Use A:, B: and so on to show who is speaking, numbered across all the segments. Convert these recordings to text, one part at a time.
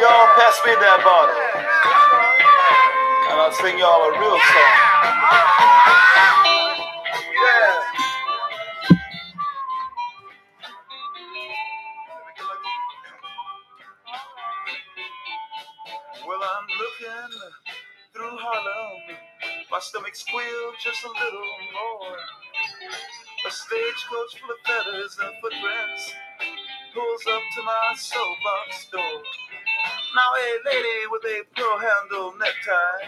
A: Yo, pass me that bottle. And I'll sing y'all a real song. Yeah. Well, I'm looking through Harlem. My stomach squealed just a little more. A stagecoach full of feathers and footprints pulls up to my soapbox door. Now a lady with a pearl handle necktie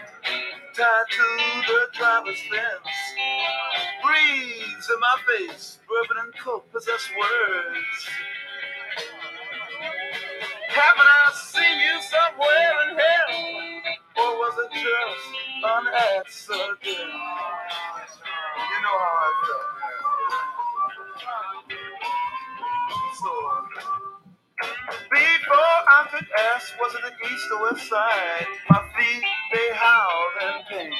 A: tied to the driver's fence breathes in my face. Bourbon and coke possess words. Haven't I seen you somewhere in hell? Or was it just an accident? You know how I felt. So, before I could ask, was it the east or west side? My feet, they howled in pain.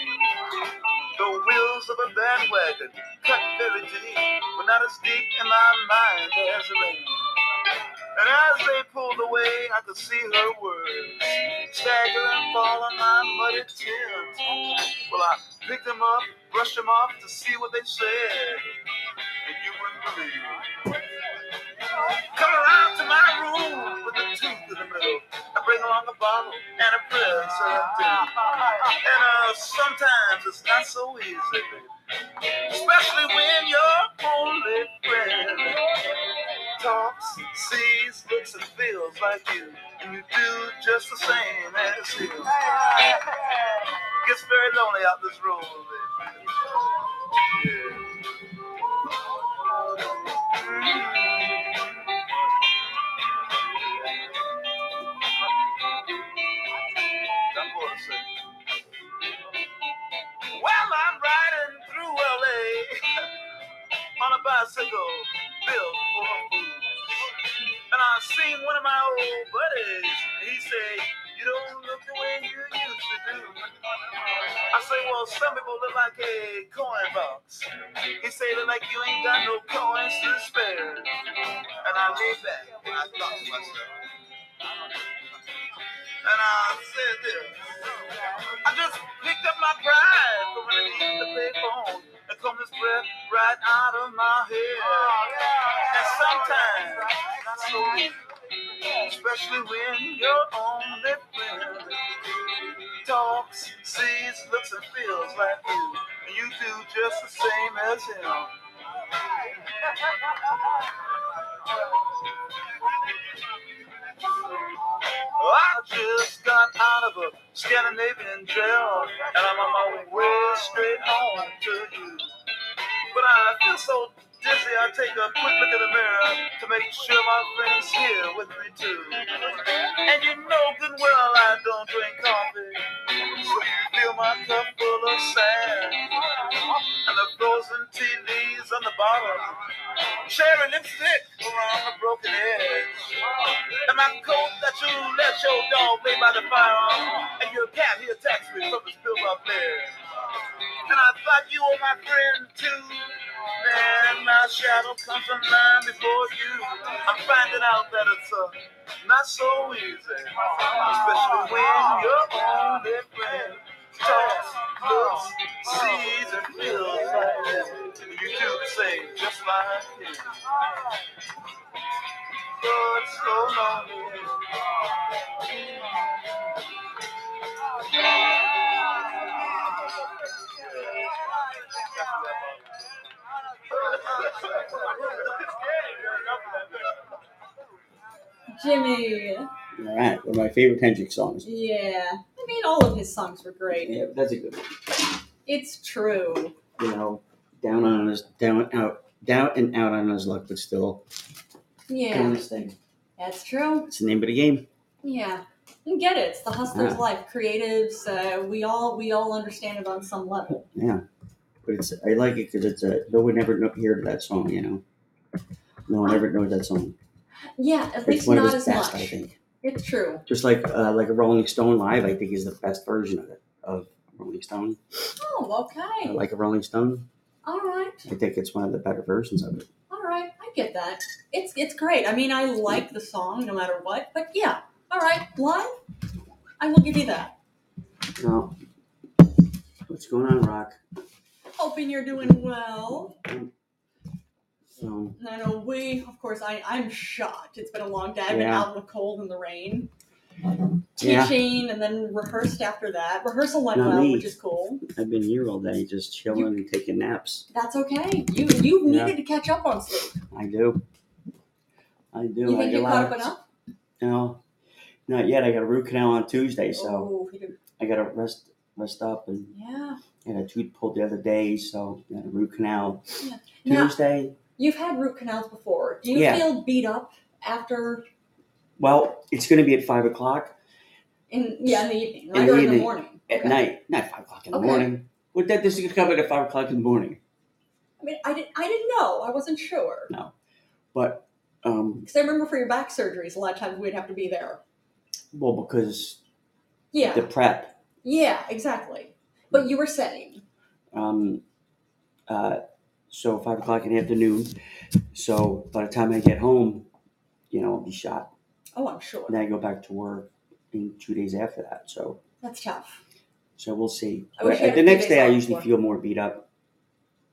A: The wheels of a bandwagon cut very deep, but not as deep in my mind as rain. And as they pulled away, I could see her words staggering, falling my muddy tears. Well, I picked them up, brushed them off to see what they said, and you wouldn't believe. it. Come around to my room with a tooth in the middle. I bring along a bottle and a present. And uh, sometimes it's not so easy, baby. especially when your only friend talks, sees, looks, and feels like you, and you do just the same as him. Gets very lonely out this road, baby. Yeah. That's what I say. Well, I'm riding through LA on a bicycle built for a fool. And I seen one of my old buddies. and He said, You don't look the way you used to do. I say, Well, some people look like a coin box. He say, Look like you ain't got no coins to spare. And I laid back and I thought to myself. And I said this. I just picked up my pride from underneath the payphone and combed this breath right out of my head. And sometimes, not so easy, especially when you're on the friend talks, sees, looks, and feels like you. And you do just the same as him. I just got out of a Scandinavian jail, and I'm on my way straight home to you. But I feel so dizzy, I take a quick look in the mirror to make sure my friend's here with me too. And you know good well I don't drink coffee, so you fill my cup full of sand and the frozen tea leaves on the bottom, cherry lipstick around the broken edge, and my coat that you let your dog lay by the firearm, and your cat he attacks me from his pillow bed. And I thought you were my friend too. Man, my shadow comes from line before you. I'm finding out that it's uh, not so easy, especially when you're only friend. Talks, looks, sees, and feels like him. And you do the same, just like him. But it's so lonely. Jimmy. All right, one of my favorite Hendrix songs. Yeah, I mean, all of his songs were great. Yeah, that's a good one. It's true. You know, down on his down out down and out on his luck, but still yeah, doing his thing. That's true. It's the name of the game. Yeah, you get it. It's the hustler's Yeah. life. Creatives, uh, we all we all understand it on some level. Yeah, but it's I like it because it's a no one ever kno- heard that song. You know, no one ever knows that song.
B: Yeah, at
C: It's
B: least
C: one of
B: not
C: his
B: as
C: best,
B: much.
C: I think.
B: It's true.
C: Just like uh, like a Rolling Stone live, I think is the best version of it of Rolling Stone.
B: Oh,
C: Uh,
B: okay.
C: Like a Rolling Stone,
B: All right.
C: I think it's one of the better versions of it.
B: All right. I get that. It's it's great. I mean, I like the song no matter what. But yeah. All right. Live. I will give you that.
C: Now, what's going on, Rock?
B: Hoping you're doing well.
C: So
B: And I know we, of course, I, I'm shocked. It's been a long day. I've been
C: Yeah.
B: out in the cold and the rain,
C: yeah,
B: teaching, and then rehearsed after that. Rehearsal went
C: Not
B: well,
C: me.
B: which is cool.
C: I've been here all day, just chilling and taking naps.
B: That's okay. You you
C: Yeah.
B: needed to catch up on sleep.
C: I do. I do.
B: You
C: I
B: think
C: get
B: you
C: a lot
B: caught
C: of-
B: up enough?
C: No, not yet. I got a root canal on Tuesday, so
B: Oh, you do.
C: I got to rest rest up and
B: yeah.
C: had a tooth pulled the other day, so got a root canal
B: Now,
C: Tuesday.
B: You've had root canals before. Do you
C: Yeah.
B: feel beat up after
C: Well, it's going to be at five o'clock
B: in yeah in the evening,
C: In
B: right?
C: the
B: or in the
C: evening.
B: morning?
C: at
B: Okay.
C: night, not five o'clock in the
B: Okay.
C: morning. Well, that this is going to come in at five o'clock in the morning.
B: I mean, I didn't I didn't know. I wasn't sure
C: But um,
B: because I remember for your back surgeries, a lot of times we'd have to be there.
C: well, because
B: Yeah,
C: the prep,
B: yeah, exactly. But you were saying,
C: um, uh, so five o'clock in the afternoon. So by the time I get home, you know, I'll be shot.
B: oh, I'm sure
C: And then I go back to work in two days after that. So
B: that's tough.
C: so we'll see.
B: I wish you
C: But uh,
B: had
C: the
B: a few
C: next
B: days
C: day, I
B: off
C: usually
B: work.
C: feel more beat up.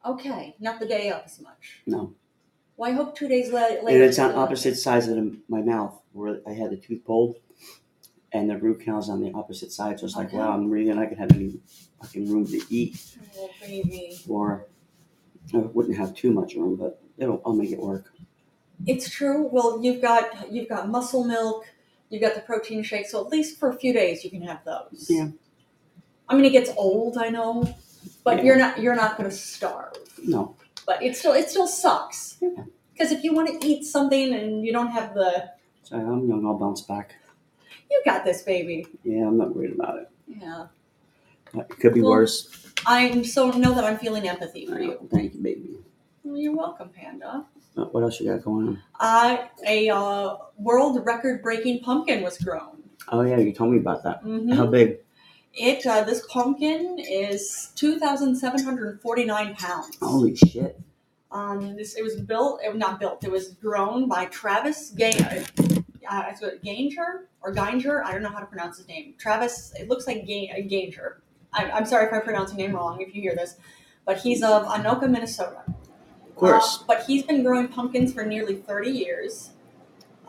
B: Okay, not the day of as much.
C: No.
B: Well, I hope two days la- later.
C: and it's on
B: uh,
C: opposite sides of the, my mouth where I had the tooth pulled, and the root canal's on the opposite side. So it's like,
B: Okay.
C: wow, I'm really not gonna have any fucking room to eat,
B: Oh, baby.
C: or I wouldn't have too much room, but it'll I'll make it work.
B: It's true. Well, you've got you've got muscle milk, you've got the protein shake, so at least for a few days you can have those.
C: Yeah.
B: I mean, it gets old, I know, but
C: Yeah.
B: you're not you're not going to starve.
C: No,
B: But it still it still sucks
C: Yeah.
B: because if you want to eat something and you don't have the
C: so I'm young. I'll bounce back.
B: you got this, baby.
C: Yeah, I'm not worried about it.
B: Yeah.
C: It could be
B: Well,
C: worse.
B: I'm so know that I'm feeling empathy for you.
C: Thank you, baby.
B: Well, You're welcome, Panda.
C: Uh, What else you got going on?
B: Uh, a uh, world record breaking pumpkin was grown.
C: Oh yeah, you told me about that.
B: hmm
C: How big?
B: It uh, this pumpkin is two thousand seven hundred forty nine pounds.
C: Holy shit!
B: Um, this it was built, it was not built. It was grown by Travis Gainer, uh, it's what, Ganger or Geinger. I don't know how to pronounce his name. Travis. It looks like Ga- Ganger. I, I'm sorry if I pronounce your name wrong. If you hear this, but he's of Anoka, Minnesota.
C: Of course,
B: Uh, but he's been growing pumpkins for nearly thirty years.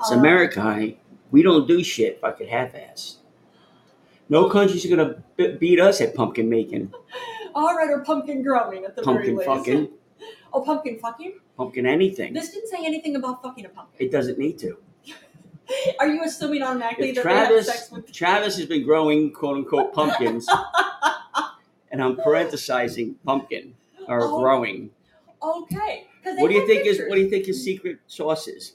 C: It's
B: Um,
C: America, honey. We don't do shit fucking half-ass. No country's gonna b- beat us at pumpkin making,
B: Um, All right, or pumpkin growing at the very
C: pumpkin
B: least.
C: fucking,
B: Oh, pumpkin fucking.
C: pumpkin anything.
B: This didn't say anything about fucking a pumpkin.
C: It doesn't need to.
B: Are you assuming automatically
C: If
B: that
C: Travis-
B: they have sex with
C: Travis has been growing quote unquote pumpkins, and I'm parenthesizing pumpkin or
B: Oh,
C: growing.
B: Okay. 'cause they
C: What do you
B: have
C: think is
B: pictures.
C: what do you think his secret sauce is?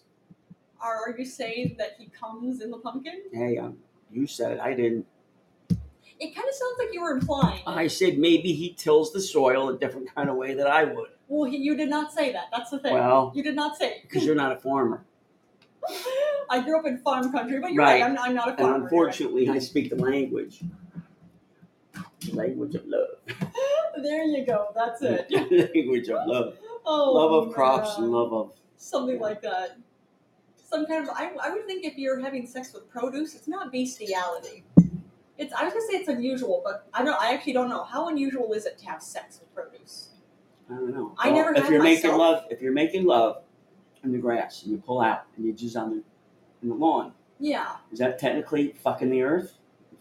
B: Are, are you saying that he comes in the pumpkin?
C: Hey, um, you said it. I didn't.
B: It kind of sounds like you were implying. it.
C: I said maybe he tills the soil a different kind of way that I would.
B: well, he, you did not say that. That's the thing.
C: Well,
B: you did not say.
C: because you're not a farmer,
B: It. I grew up in farm country, but you're right.
C: Right.
B: I'm, I'm not a farmer.
C: and unfortunately, I speak the language, language of love.
B: You're right. There you go. That's it.
C: language of love,
B: Oh,
C: love of
B: my
C: crops
B: God.
C: and love of
B: Something like that. Some kind of. I, I would think if you're having sex with produce, it's not bestiality. It's. I was gonna say it's unusual, but I don't. I actually don't know how unusual is it to have sex with produce.
C: I don't know.
B: I never
C: if
B: had
C: you're making
B: myself.
C: love, if you're making love in the grass and you pull out and you jizz on the in the lawn,
B: Yeah.
C: is that technically fucking the earth,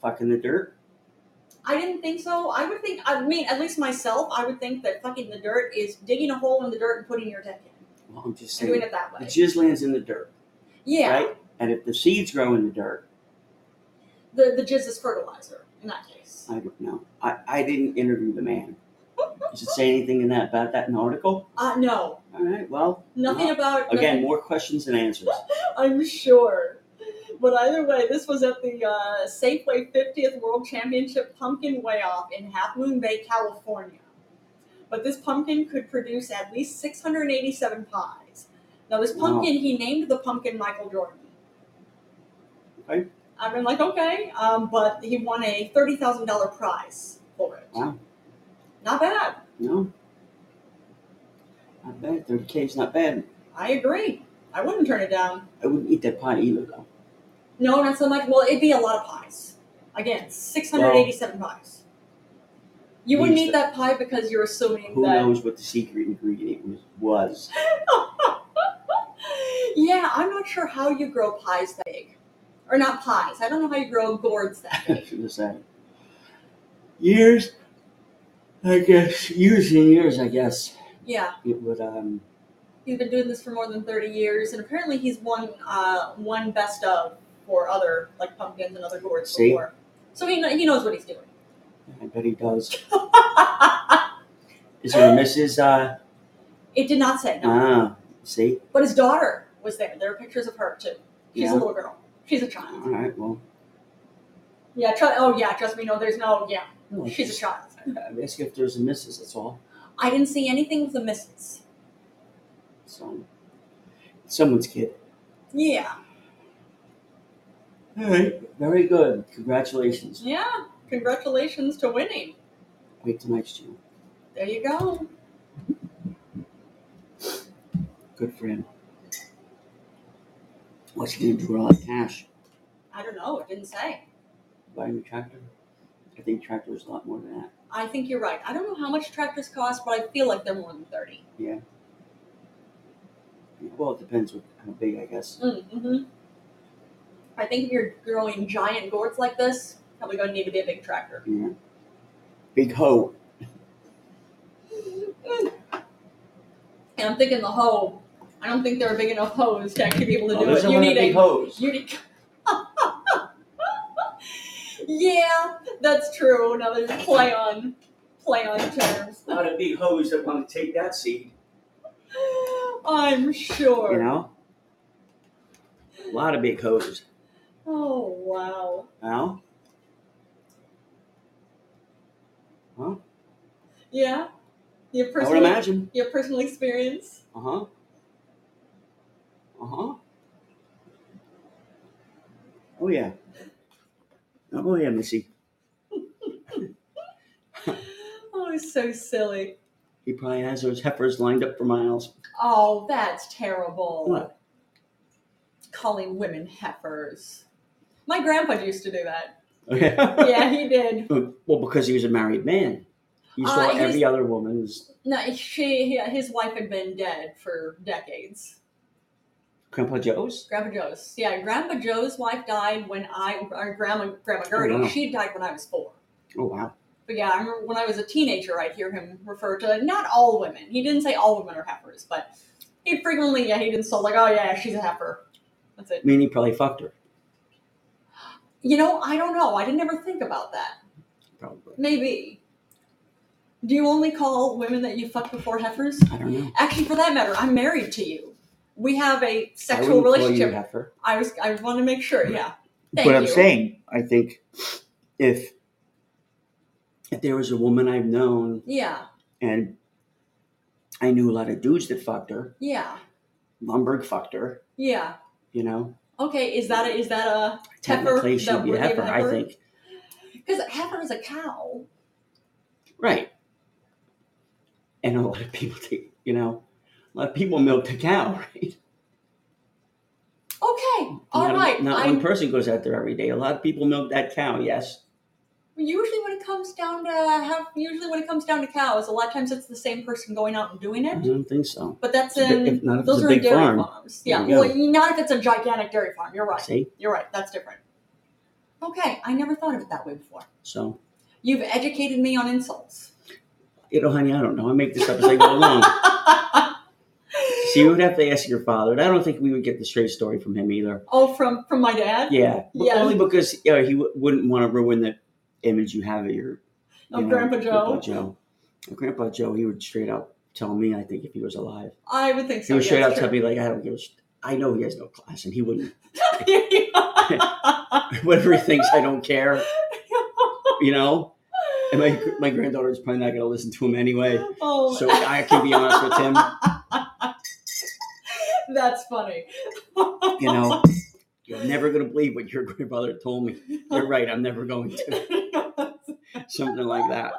C: fucking the dirt?
B: I didn't think so. I would think, I mean, at least myself, I would think that fucking the dirt is digging a hole in the dirt and putting your dick in
C: Well, I'm just
B: and doing
C: saying
B: it that
C: the
B: way.
C: jizz lands in the dirt,
B: Yeah.
C: right? And if the seeds grow in the dirt,
B: The, the jizz is fertilizer in that case.
C: I don't know. I, I didn't interview the man. Does it say anything in that about that in the article?
B: Uh, no.
C: All right. Well,
B: Nothing
C: Uh-huh.
B: about.
C: again, more questions than answers.
B: nothing- I'm sure. But either way, this was at the uh, Safeway 50th World Championship Pumpkin Way Off in Half Moon Bay, California. But this pumpkin could produce at least 687 pies. Now this
C: Wow.
B: pumpkin, he named the pumpkin Michael Jordan.
C: Okay.
B: I've been like, okay, um, but he won a thirty thousand dollar prize for it.
C: Wow.
B: Not bad.
C: No. Not bad. 30K is not bad.
B: I agree. I wouldn't turn it down.
C: I wouldn't eat that pie either, though.
B: No, not so much. Well, it'd be a lot of pies. Again, six hundred eighty-seven pies. You wouldn't
C: Who's
B: eat that pie because you're assuming
C: Who
B: that.
C: knows what the secret ingredient was? was.
B: yeah, I'm not sure how you grow pies that big, or not pies. I don't know how you grow gourds that big.
C: for the same. Years, I guess, years and years, I guess,
B: Yeah,
C: it would, um,
B: he's been doing this for more than 30 years, and apparently he's won uh, one best of for other like pumpkins and other gourds
C: See?
B: before. So he kn- he knows what he's doing.
C: I bet he does. Is there a Mrs., uh,
B: it did not say no,
C: ah, see?
B: but his daughter was there. There are pictures of her too. She's
C: Yeah.
B: a little girl. She's a
C: All
B: child.
C: right, well,
B: Yeah. Tr- oh yeah. Trust me. No, there's no. Yeah.
C: no,
B: She's a child.
C: I'm asking if there's a Mrs., that's all.
B: I didn't see anything with the misses.
C: So, someone's kid.
B: Yeah.
C: All right, very good. Congratulations.
B: Yeah. Congratulations to winning.
C: Wait till next year.
B: There you go.
C: Good for him. What's he gonna do with all that cash?
B: I don't know. It didn't say.
C: Buy him a tractor? I think tractor is a lot more than that.
B: I think you're right. I don't know how much tractors cost, but I feel like they're more than 30.
C: Well, it depends what how big, I guess.
B: Mm-hmm. I think if you're growing giant gourds like this, probably going to need to be a big tractor.
C: Yeah. Big hoe.
B: Mm. And I'm thinking the hoe. I don't think there are big enough hoes to actually be able to do it. You need a
C: hose.
B: you need. yeah, that's true. Now there's play on play on terms.
C: Not a big hose that want to take that seed.
B: I'm sure.
C: You know? A lot of big hoses.
B: Oh wow.
C: Now?
B: Yeah. Your
C: I would
B: personal
C: imagine.
B: your personal experience.
C: Uh huh. Uh huh. Oh, yeah. Oh, yeah, Missy.
B: Oh, it's so silly.
C: He probably has those heifers lined up for miles.
B: Oh, that's terrible.
C: What?
B: Calling women heifers. My grandpa used to do that.
C: Okay.
B: Yeah, he did.
C: Well, because he was a married man. You
B: Uh,
C: saw
B: he's-
C: every other woman's.
B: No, she, he- his wife had been dead for decades.
C: Grandpa Joe's?
B: Grandpa Joe's. Yeah, Grandpa Joe's wife died when I, or Grandma, Grandma
C: Oh,
B: Gertie,
C: wow.
B: she died when I was four.
C: Oh, wow.
B: But yeah, I remember when I was a teenager, I'd hear him refer to not all women. He didn't say all women are heifers, but he frequently, yeah, he didn't so like, oh yeah, she's a heifer. That's
C: I
B: it.
C: mean, he probably fucked her.
B: You know, I don't know. I didn't ever think about that.
C: Probably.
B: Maybe. Do you only call women that you fucked before heifers?
C: I don't know.
B: Actually, for that matter, I'm married to you. We have a
C: I
B: sexual
C: wouldn't call you
B: relationship.
C: heifer.
B: I was, I want to make sure. Yeah. Thank
C: but
B: you.
C: I'm saying, I think if if there was a woman I've known
B: Yeah.
C: and I knew a lot of dudes that fucked her,
B: Yeah.
C: Lumberg fucked her,
B: Yeah.
C: you know.
B: Okay. Is that a, is that a heifer?
C: Technically, she'd be a heifer, I think.
B: Because heifer is a cow.
C: Right. And a lot of people take, you know, a lot of people milk the cow, right?
B: Okay. All
C: not a-
B: right.
C: not
B: I
C: one person goes out there every day. A lot of people milk that cow, yes.
B: usually when it comes down to have usually when it comes down to cows, a lot of times it's the same person going out and doing
C: I
B: it.
C: don't think so.
B: But that's
C: If-
B: in
C: if not, if it's
B: those
C: a
B: are in
C: big
B: dairy
C: farm.
B: farms. Yeah.
C: There you
B: Well, not if it's a gigantic dairy farm. You're right.
C: See?
B: You're right. That's different. Okay, I never thought of it that way before.
C: So,
B: You've educated me on insults.
C: you know, honey, I don't know. I make this up as I go along. So you would have to ask your father. And I don't think we would get the straight story from him either.
B: oh, from from my dad.
C: Yeah, but
B: Yeah.
C: only because you know, he w- wouldn't want to ruin the image you have of your you
B: Of Grandpa
C: Grandpa
B: Joe.
C: Joe. Grandpa Joe, he would straight out tell me. I think if he was alive,
B: I would think
C: he
B: so.
C: would
B: yes,
C: straight out
B: sure.
C: tell me like, I don't give. A sh- I know he has no class, and he wouldn't. Whatever he thinks, I don't care. You know, and my my granddaughter is probably not going to listen to him anyway.
B: oh,
C: So I can be honest with him.
B: That's funny.
C: You know, you're never going to believe what your grandfather told me. You're right. I'm never going to. Something like that.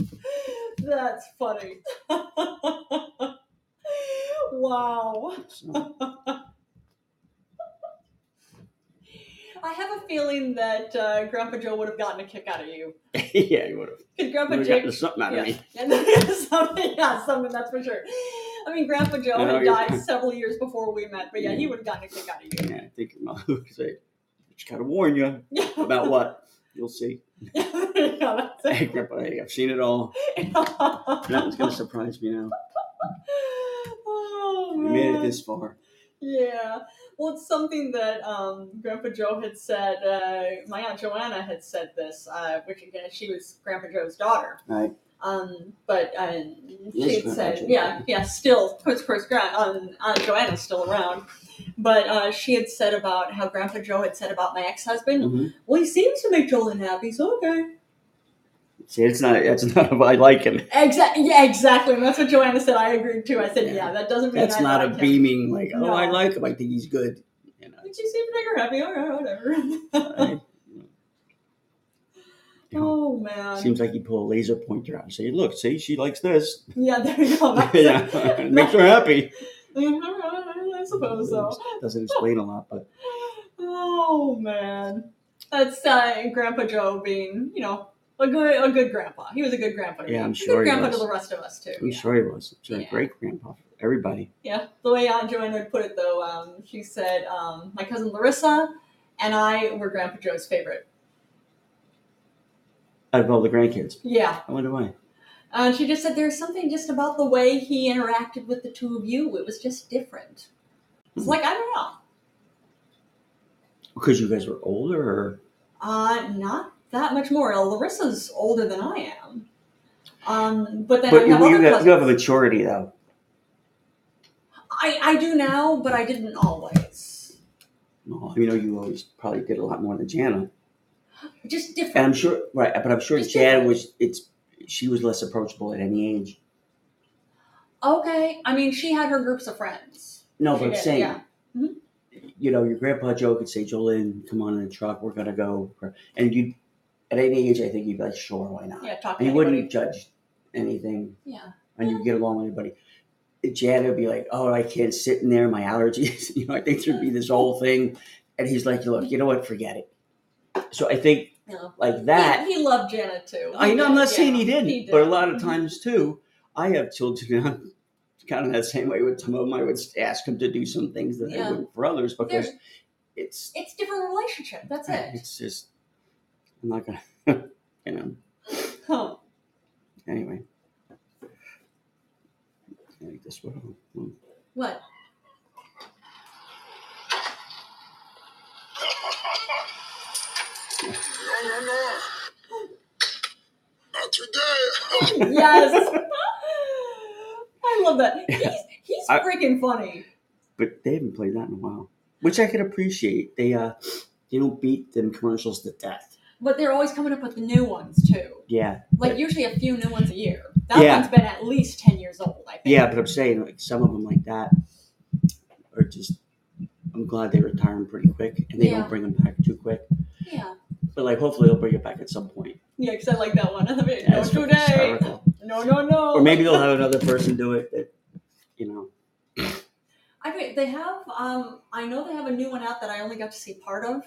B: That's funny. wow.
C: So,
B: I have a feeling that uh, Grandpa Joe would have gotten a kick out of you.
C: yeah, you would have,
B: Because Grandpa Jake.
C: gotten something out
B: yeah.
C: of me.
B: Yeah, something, yeah, something, that's for sure. I mean, Grandpa Joe
C: I know
B: had
C: you're-
B: died several years before we met, but yeah, he would have gotten a kick out of you.
C: Yeah, I think your mother would say, just got to warn you
B: Yeah.
C: about what? You'll see.
B: yeah, that's
C: Hey,
B: it.
C: Grandpa, hey, I've seen it all. Nothing's going to surprise me now.
B: oh,
C: We
B: man.
C: made it this far.
B: Yeah. Well, it's something that um, Grandpa Joe had said. Uh, my Aunt Joanna had said this, uh, which again, she was Grandpa Joe's daughter.
C: Right.
B: Um, but uh,
C: Yes,
B: she had
C: Grandma
B: said,
C: Joanna.
B: yeah, yeah, still, of course, Gran- um, Aunt Joanna's still around. But uh, she had said about how Grandpa Joe had said about my ex husband,
C: Mhm.
B: well, he seems to make Jolene happy, so okay.
C: See, it's not, that's not if I like him.
B: Exactly. Yeah, exactly. And that's what Joanna said. I agreed too. I said, yeah, that doesn't mean
C: That's
B: I
C: not a
B: like him.
C: beaming like, oh,
B: No.
C: I like him. I think he's good. You know,
B: Did you seem to make her happy? All right, whatever. Um,
C: I- you know,
B: oh man.
C: seems like he pull a laser pointer out and say, look, see, she likes this.
B: yeah, there you go. That's
C: yeah,
B: it. Mm-hmm,
C: makes her happy.
B: I suppose so.
C: Doesn't explain a lot, but
B: Oh man, that's uh, Grandpa Joe being, you know, a good a good grandpa. He was a good grandpa. To
C: Yeah,
B: me.
C: I'm
B: A
C: sure
B: Good
C: he
B: grandpa
C: was.
B: to the rest of us too.
C: I'm
B: yeah.
C: sure he was. He was a
B: Yeah.
C: great grandpa. for Everybody.
B: Yeah, the way Aunt Joanna would put it though, um, she said, um, "My cousin Larissa and I were Grandpa Joe's favorite."
C: Out of all the grandkids.
B: Yeah.
C: I wonder why.
B: Uh, she just said there's something just about the way he interacted with the two of you. It was just different.
C: Hmm.
B: It's like I don't know.
C: Because you guys were older or
B: Uh, not that much more. Larissa's older than I am. Um, but then I
C: But you,
B: have
C: you,
B: other
C: have, you have a
B: cousins.
C: maturity though.
B: I, I do now, but I didn't always.
C: Well, you know, you always probably did a lot more than Jana.
B: Just different.
C: And I'm sure right, but I'm sure
B: Just
C: Jana
B: different.
C: was it's she was less approachable at any age.
B: okay. I mean, she had her groups of friends.
C: No,
B: She
C: but I'm
B: did,
C: saying
B: yeah. Mhm.
C: you know, your grandpa Joe could say, Jolene, come on in the truck, we're gonna go or- and you at any age I think you'd be like, sure, why not?
B: Yeah, talk to
C: And you
B: anybody.
C: wouldn't judge anything
B: Yeah.
C: and you get along with anybody. Jed would be like, "Oh, I can't sit in there, my allergies." you know, I think there'd be this whole thing, and he's like, "Look, you know what? Forget it." So I think
B: No.
C: like that.
B: he, he loved Janet too.
C: I know I'm not saying he
B: Yeah,
C: didn't, but a lot
B: Mhm.
C: of times too, I have children. and I'm kind of that same way with some of them. I would ask them to do some things that
B: Yeah.
C: I wouldn't for others because
B: There-
C: it's
B: it's different relationship. That's it.
C: it's just I'm not gonna, you know.
B: Huh.
C: Anyway, I think this one. hmm.
B: What?
A: No, no, no. Not today.
B: yes. I love that. He's, he's
C: I-
B: freaking funny.
C: but they haven't played that in a while, which I could appreciate. They uh, they don't beat them commercials to death.
B: But they're always coming up with the new ones too.
C: Yeah,
B: Like usually a few new ones a year. That
C: Yeah.
B: one's been at least ten years old, I think.
C: yeah, but I'm saying like some of them like that are just. I'm glad they retire 'em pretty quick, and they
B: Yeah.
C: don't bring them back too quick.
B: Yeah.
C: But like, hopefully, they'll bring it back at some point.
B: Yeah, because I like that one. I mean, no
C: That's fucking
B: today.
C: hysterical.
B: No, no, no.
C: Or maybe they'll have another person do it. That you know,
B: I mean, they have. Um, I know they have a new one out that I only got to see part of.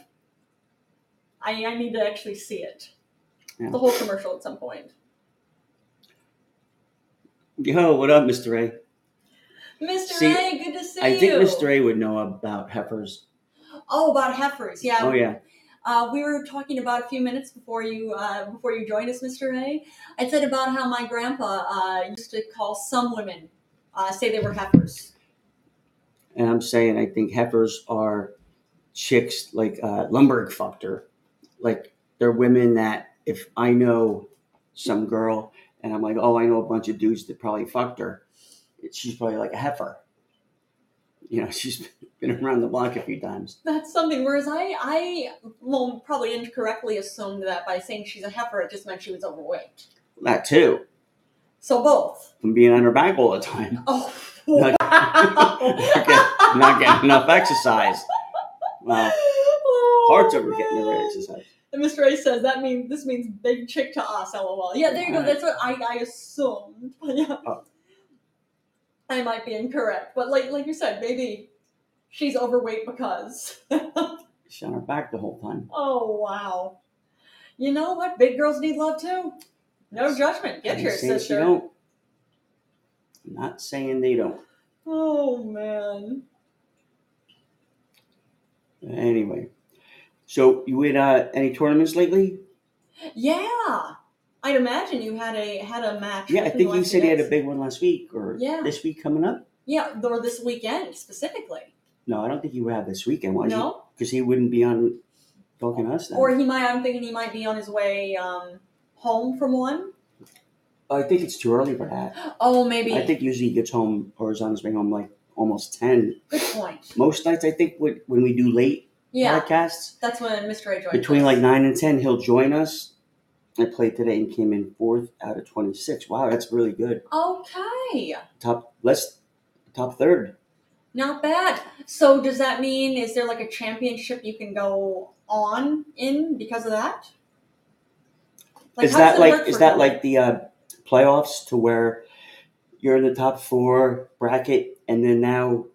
B: I, I need to actually see it,
C: Yeah.
B: the whole commercial at some point.
C: yo, what up, Mister A?
B: Mr.
C: See,
B: A, good to see
C: I
B: you.
C: think Mister A would know about heifers.
B: Oh, about heifers. Yeah.
C: Oh yeah,
B: Uh, we were talking about a few minutes before you uh, before you joined us, Mr. A. I said about how my grandpa uh, used to call some women uh, say they were heifers.
C: and I'm saying I think heifers are chicks like uh, Lumberg fucked her. Like they're women that if I know some girl and I'm like, oh, I know a bunch of dudes that probably fucked her, it- she's probably like a heifer. You know, she's been around the block a few times.
B: That's something. Whereas I I well probably incorrectly assumed that by saying she's a heifer, it just meant she was overweight.
C: That too,
B: So both.
C: from being on her back all the time.
B: Oh Wow.
C: I'm not getting enough exercise. Well,
B: Oh,
C: parts of her getting enough exercise.
B: And Mr. A says that means this means big chick to us, lol. Yeah, there you go.
C: Right.
B: That's what I, I assumed. But yeah.
C: Oh.
B: I might be incorrect. But like like you said, maybe she's overweight because
C: She's on her back the whole time.
B: Oh wow. You know what? Big girls need love too. No judgment. Get
C: Ain't
B: your
C: saying she
B: sister.
C: don't. I'm not saying they don't.
B: Oh man.
C: Anyway, so you had uh, any tournaments lately?
B: Yeah. I'd imagine you had a had a match.
C: Yeah, I
B: within
C: think
B: the
C: you
B: last
C: said
B: few
C: you had a
B: days.
C: big one last week or
B: Yeah.
C: this week coming up.
B: Yeah, or this weekend specifically.
C: No, I don't think you have this weekend. Why?
B: no,
C: Because he wouldn't be on talking us then.
B: or he might. I'm thinking he might be on his way um, home from one.
C: I think it's too early for that.
B: Oh, maybe.
C: I think usually he gets home or is on his way home like almost ten.
B: Good point.
C: Most nights, I think when when we do late
B: Yeah,
C: podcasts,
B: that's when Mr. A joined.
C: between
B: us.
C: like nine and ten, he'll join us. I played today and came in fourth out of twenty six. Wow, that's really good.
B: Okay,
C: Top, let's top third.
B: not bad. So does that mean is there like a championship you can go on in because of that?
C: is
B: how does
C: that
B: it
C: like
B: work
C: is
B: for
C: that
B: him?
C: like the uh, playoffs to where you're in the top four bracket and then now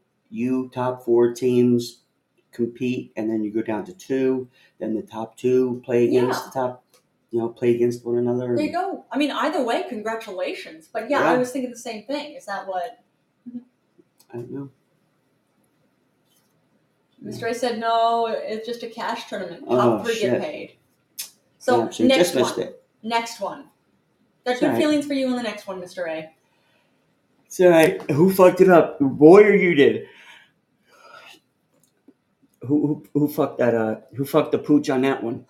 C: you top four teams compete and then you go down to two then the top two play against
B: Yeah.
C: the top you know play against one another
B: There you go. I mean, either way, congratulations. But yeah, I
C: Yeah.
B: was thinking the same thing. Is that what
C: i don't know
B: Mr. A said? No, it's just a cash tournament.
C: Oh,
B: Top three get
C: shit.
B: paid. So
C: Yeah, you
B: next
C: just
B: one.
C: missed it
B: Next one. There's
C: All
B: good
C: right.
B: feelings for you in the next one, Mr. A.
C: it's all right who fucked it up your boy or you did who, who, who fucked that uh who fucked the pooch on that one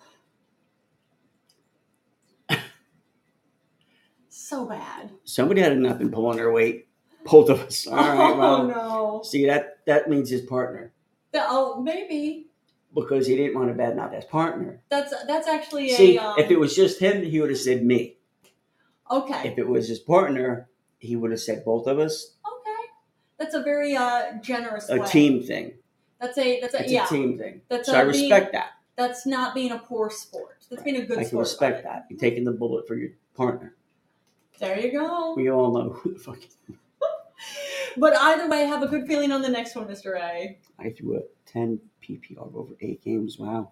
B: So bad.
C: somebody had not been pulling their weight both of us all right
B: oh
C: well
B: no.
C: See that that means his partner
B: The- oh, maybe
C: because he didn't want to badmouth his partner.
B: that's that's actually
C: See,
B: a. Um,
C: if it was just him, he would have said me.
B: okay.
C: If it was his partner, he would have said both of us.
B: okay. That's a very uh, generous.
C: A
B: way.
C: team thing.
B: That's a that's a
C: It's
B: yeah.
C: a team thing.
B: That's
C: so I
B: a being-
C: respect that.
B: That's not being a poor sport. That's being a good
C: I can
B: sport. about
C: respect
B: it.
C: that. You're taking the bullet for your partner.
B: There you go.
C: We all know who the fuck.
B: But either way, have a good feeling on the next one, Mr. A.
C: I threw a ten PPR over eight games. Wow,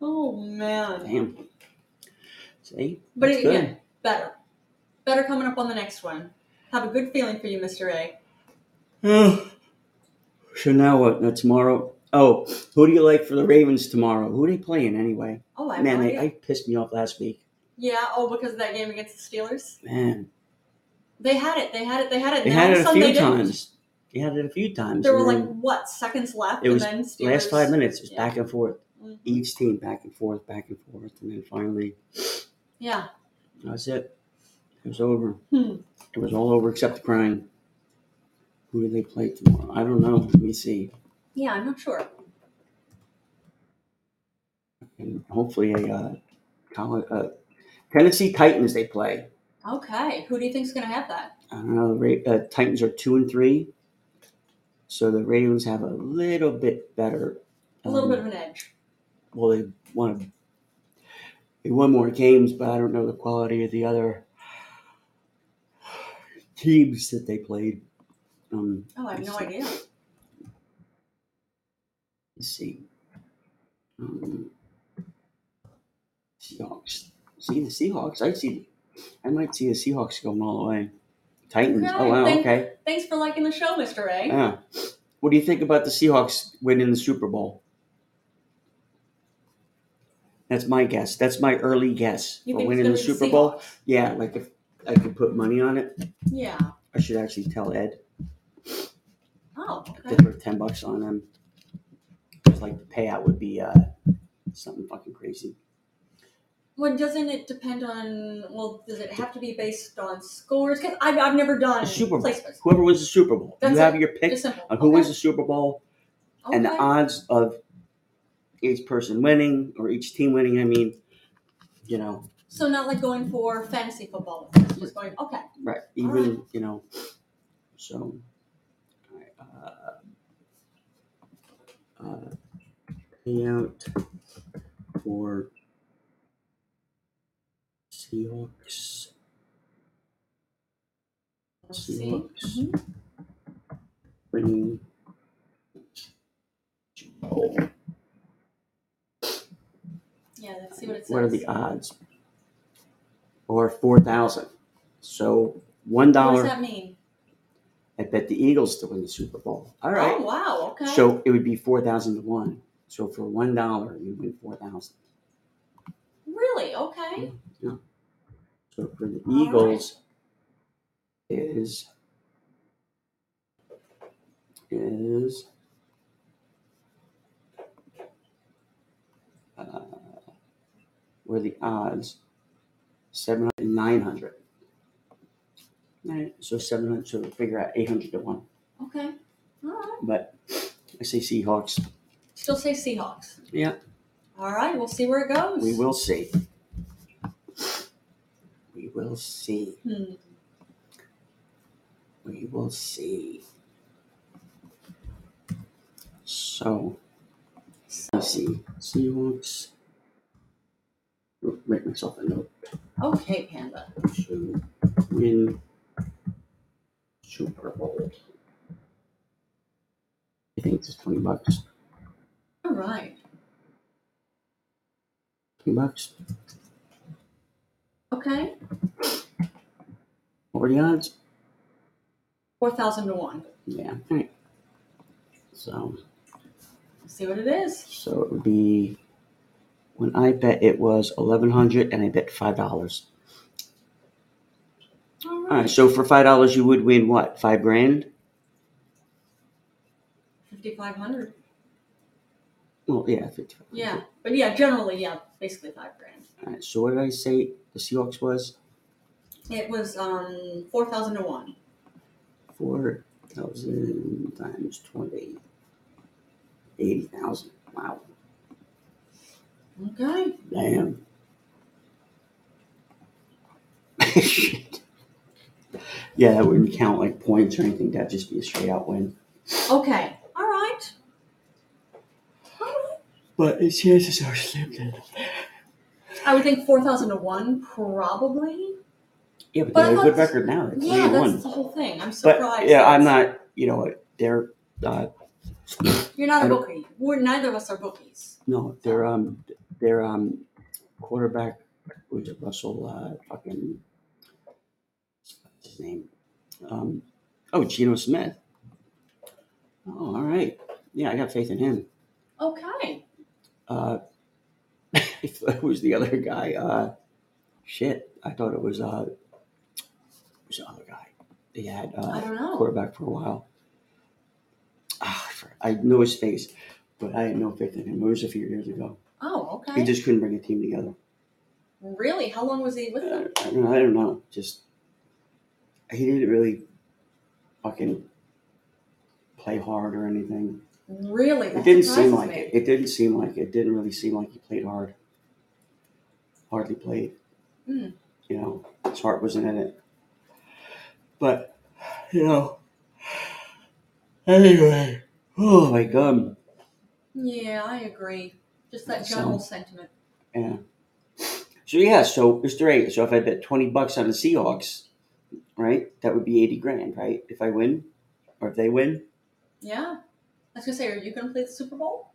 B: Oh man.
C: damn. See,
B: But
C: That's
B: it,
C: good.
B: yeah, better. Better coming up on the next one. Have a good feeling for you, Mr. A.
C: so now what? Now tomorrow. Oh, who do you like for the Ravens tomorrow? Who are they playing anyway?
B: Oh, I
C: Man,
B: love
C: they,
B: you.
C: I pissed me off last week.
B: Yeah, oh, because of that game against the Steelers?
C: Man,
B: They had it, they had it, they had it.
C: they
B: and all
C: had
B: of
C: it a
B: sudden they
C: few
B: didn't.
C: times. They had it a few times.
B: There were
C: and
B: like,
C: then
B: what, seconds left?
C: It was
B: and then Steelers,
C: the last five minutes. It was
B: Yeah.
C: back and forth.
B: Mhm.
C: Each team back and forth, back and forth, and then finally
B: Yeah.
C: that was it. It was over.
B: Hmm.
C: It was all over except the crying. Who do they play tomorrow? I don't know. Let me see.
B: Yeah, I'm not sure.
C: And hopefully a uh, college, uh, Tennessee Titans they play.
B: Okay. Who do you think's going to have that?
C: I don't know. Ra- uh, Titans are two and three, so the Ravens have a little bit better.
B: A little
C: um,
B: bit of an edge.
C: Well, they won. They won more games, but I don't know the quality of the other teams that they played. Um,
B: Oh, I have no
C: let's see.
B: idea.
C: Let's see. Um, Seahawks. See the Seahawks. I see. I might see the Seahawks going all the way. Titans.
B: Okay,
C: oh wow.
B: thank-
C: Okay.
B: Thanks for liking the show, Mr. A.
C: Yeah. What do you think about the Seahawks winning the Super Bowl? That's my guess. That's my early guess
B: you think
C: for
B: it's
C: winning
B: gonna
C: the
B: be
C: Super Bowl.
B: Seahawks?
C: Yeah, like if I could put money on it,
B: Yeah.
C: I should actually tell Ed
B: Oh,
C: to
B: okay.
C: put ten bucks on him. Because like the payout would be uh, something fucking crazy.
B: Well, doesn't it depend on? Well, does it have to be based on scores? Because I've, I've never done
C: The Super Bowl.
B: placements.
C: Whoever wins the Super Bowl,
B: That's
C: you have
B: it.
C: your pick
B: Just simple.
C: on who
B: okay.
C: wins the Super Bowl and the
B: Okay.
C: odds of each person winning or each team winning. I mean, you know,
B: so not like going for fantasy football. It's just going. Okay.
C: Right. Even you know, So, all right, uh, uh, payout for Seahawks.
B: Let's see.
C: Seahawks.
B: Mhm.
C: Winning.
B: Yeah, let's see what it says.
C: What are the odds? Or four thousand. So one
B: What does
C: dollar.
B: that mean?
C: I bet the Eagles to win the Super Bowl. All right.
B: Oh wow, okay.
C: So it would be four thousand to one. So for one dollar, you win four thousand.
B: really? Okay.
C: So for the
B: All
C: Eagles, is is uh, where the odds seven hundred nine hundred. All right, so seven hundred. So figure out eight hundred to one.
B: Okay. All right.
C: But I say Seahawks.
B: Still say Seahawks.
C: Yeah,
B: All right, we'll see where it goes.
C: we will see. We will see.
B: Hmm.
C: We will see. So, let's see. Seahawks. Oh, Make myself a note
B: Okay, Panda.
C: to win Super Bowl. I think it's 20 bucks.
B: All right.
C: 20 bucks.
B: Okay.
C: What were the odds?
B: Four thousand to one.
C: Yeah. All right. So,
B: Let's see what it is.
C: so it would be when I bet it was 1100 and I bet $5.
B: All
C: All right.
B: right.
C: So for $5, you would win what? Five grand?
B: Fifty-five hundred.
C: Well, yeah, 55.
B: Yeah, but yeah, generally, yeah, basically five grand.
C: All right, so what did I say the Seahawks was?
B: It was um four thousand to one.
C: 4,000 times 20. 80,000. Wow.
B: Okay.
C: Damn. yeah, that wouldn't count like points or anything. That'd just be a straight out win.
B: Okay. All right. All right.
C: But its chances are slim. then.
B: I would think four thousand to one, probably.
C: Yeah, but
B: But
C: they have
B: I
C: a good
B: thought-
C: record now. It's
B: Yeah, that's
C: 21.
B: the whole thing. I'm surprised.
C: But yeah,
B: that's-
C: I'm not, you know, what, they're, uh,
B: You're not a
C: I don't-
B: bookie. We're neither of us are bookies.
C: No, their um, their um, quarterback was Russell. Uh, fucking what's his name? Um, oh, Geno Smith. Oh, all right. Yeah, I got faith in him.
B: Okay.
C: Uh, I thought it was the other guy. Uh, shit, I thought it was uh, it was the other guy. They had
B: I
C: uh,
B: don't know.
C: quarterback for a while. Ah, I for- I know his face, but I had no faith in him. It was a few years ago.
B: Oh, okay.
C: He just couldn't bring a team together.
B: really? How long was he with
C: Uh,
B: them?
C: I don't know. I don't know. Just he didn't really fucking play hard or anything.
B: Really?
C: It
B: That
C: didn't
B: surprises
C: seem like
B: me.
C: it. It didn't seem like it. Didn't really seem like he played hard. Hardly played.
B: Hmm.
C: You know, his heart wasn't in it. But you know, anyway. Oh my god.
B: Yeah, I agree. Just that
C: So-
B: general sentiment.
C: Yeah. So yeah. So it's three. So if I bet twenty bucks on the Seahawks, right, that would be eighty grand, right? If I win, or if they win.
B: Yeah. I was gonna say, are you gonna play the Super Bowl?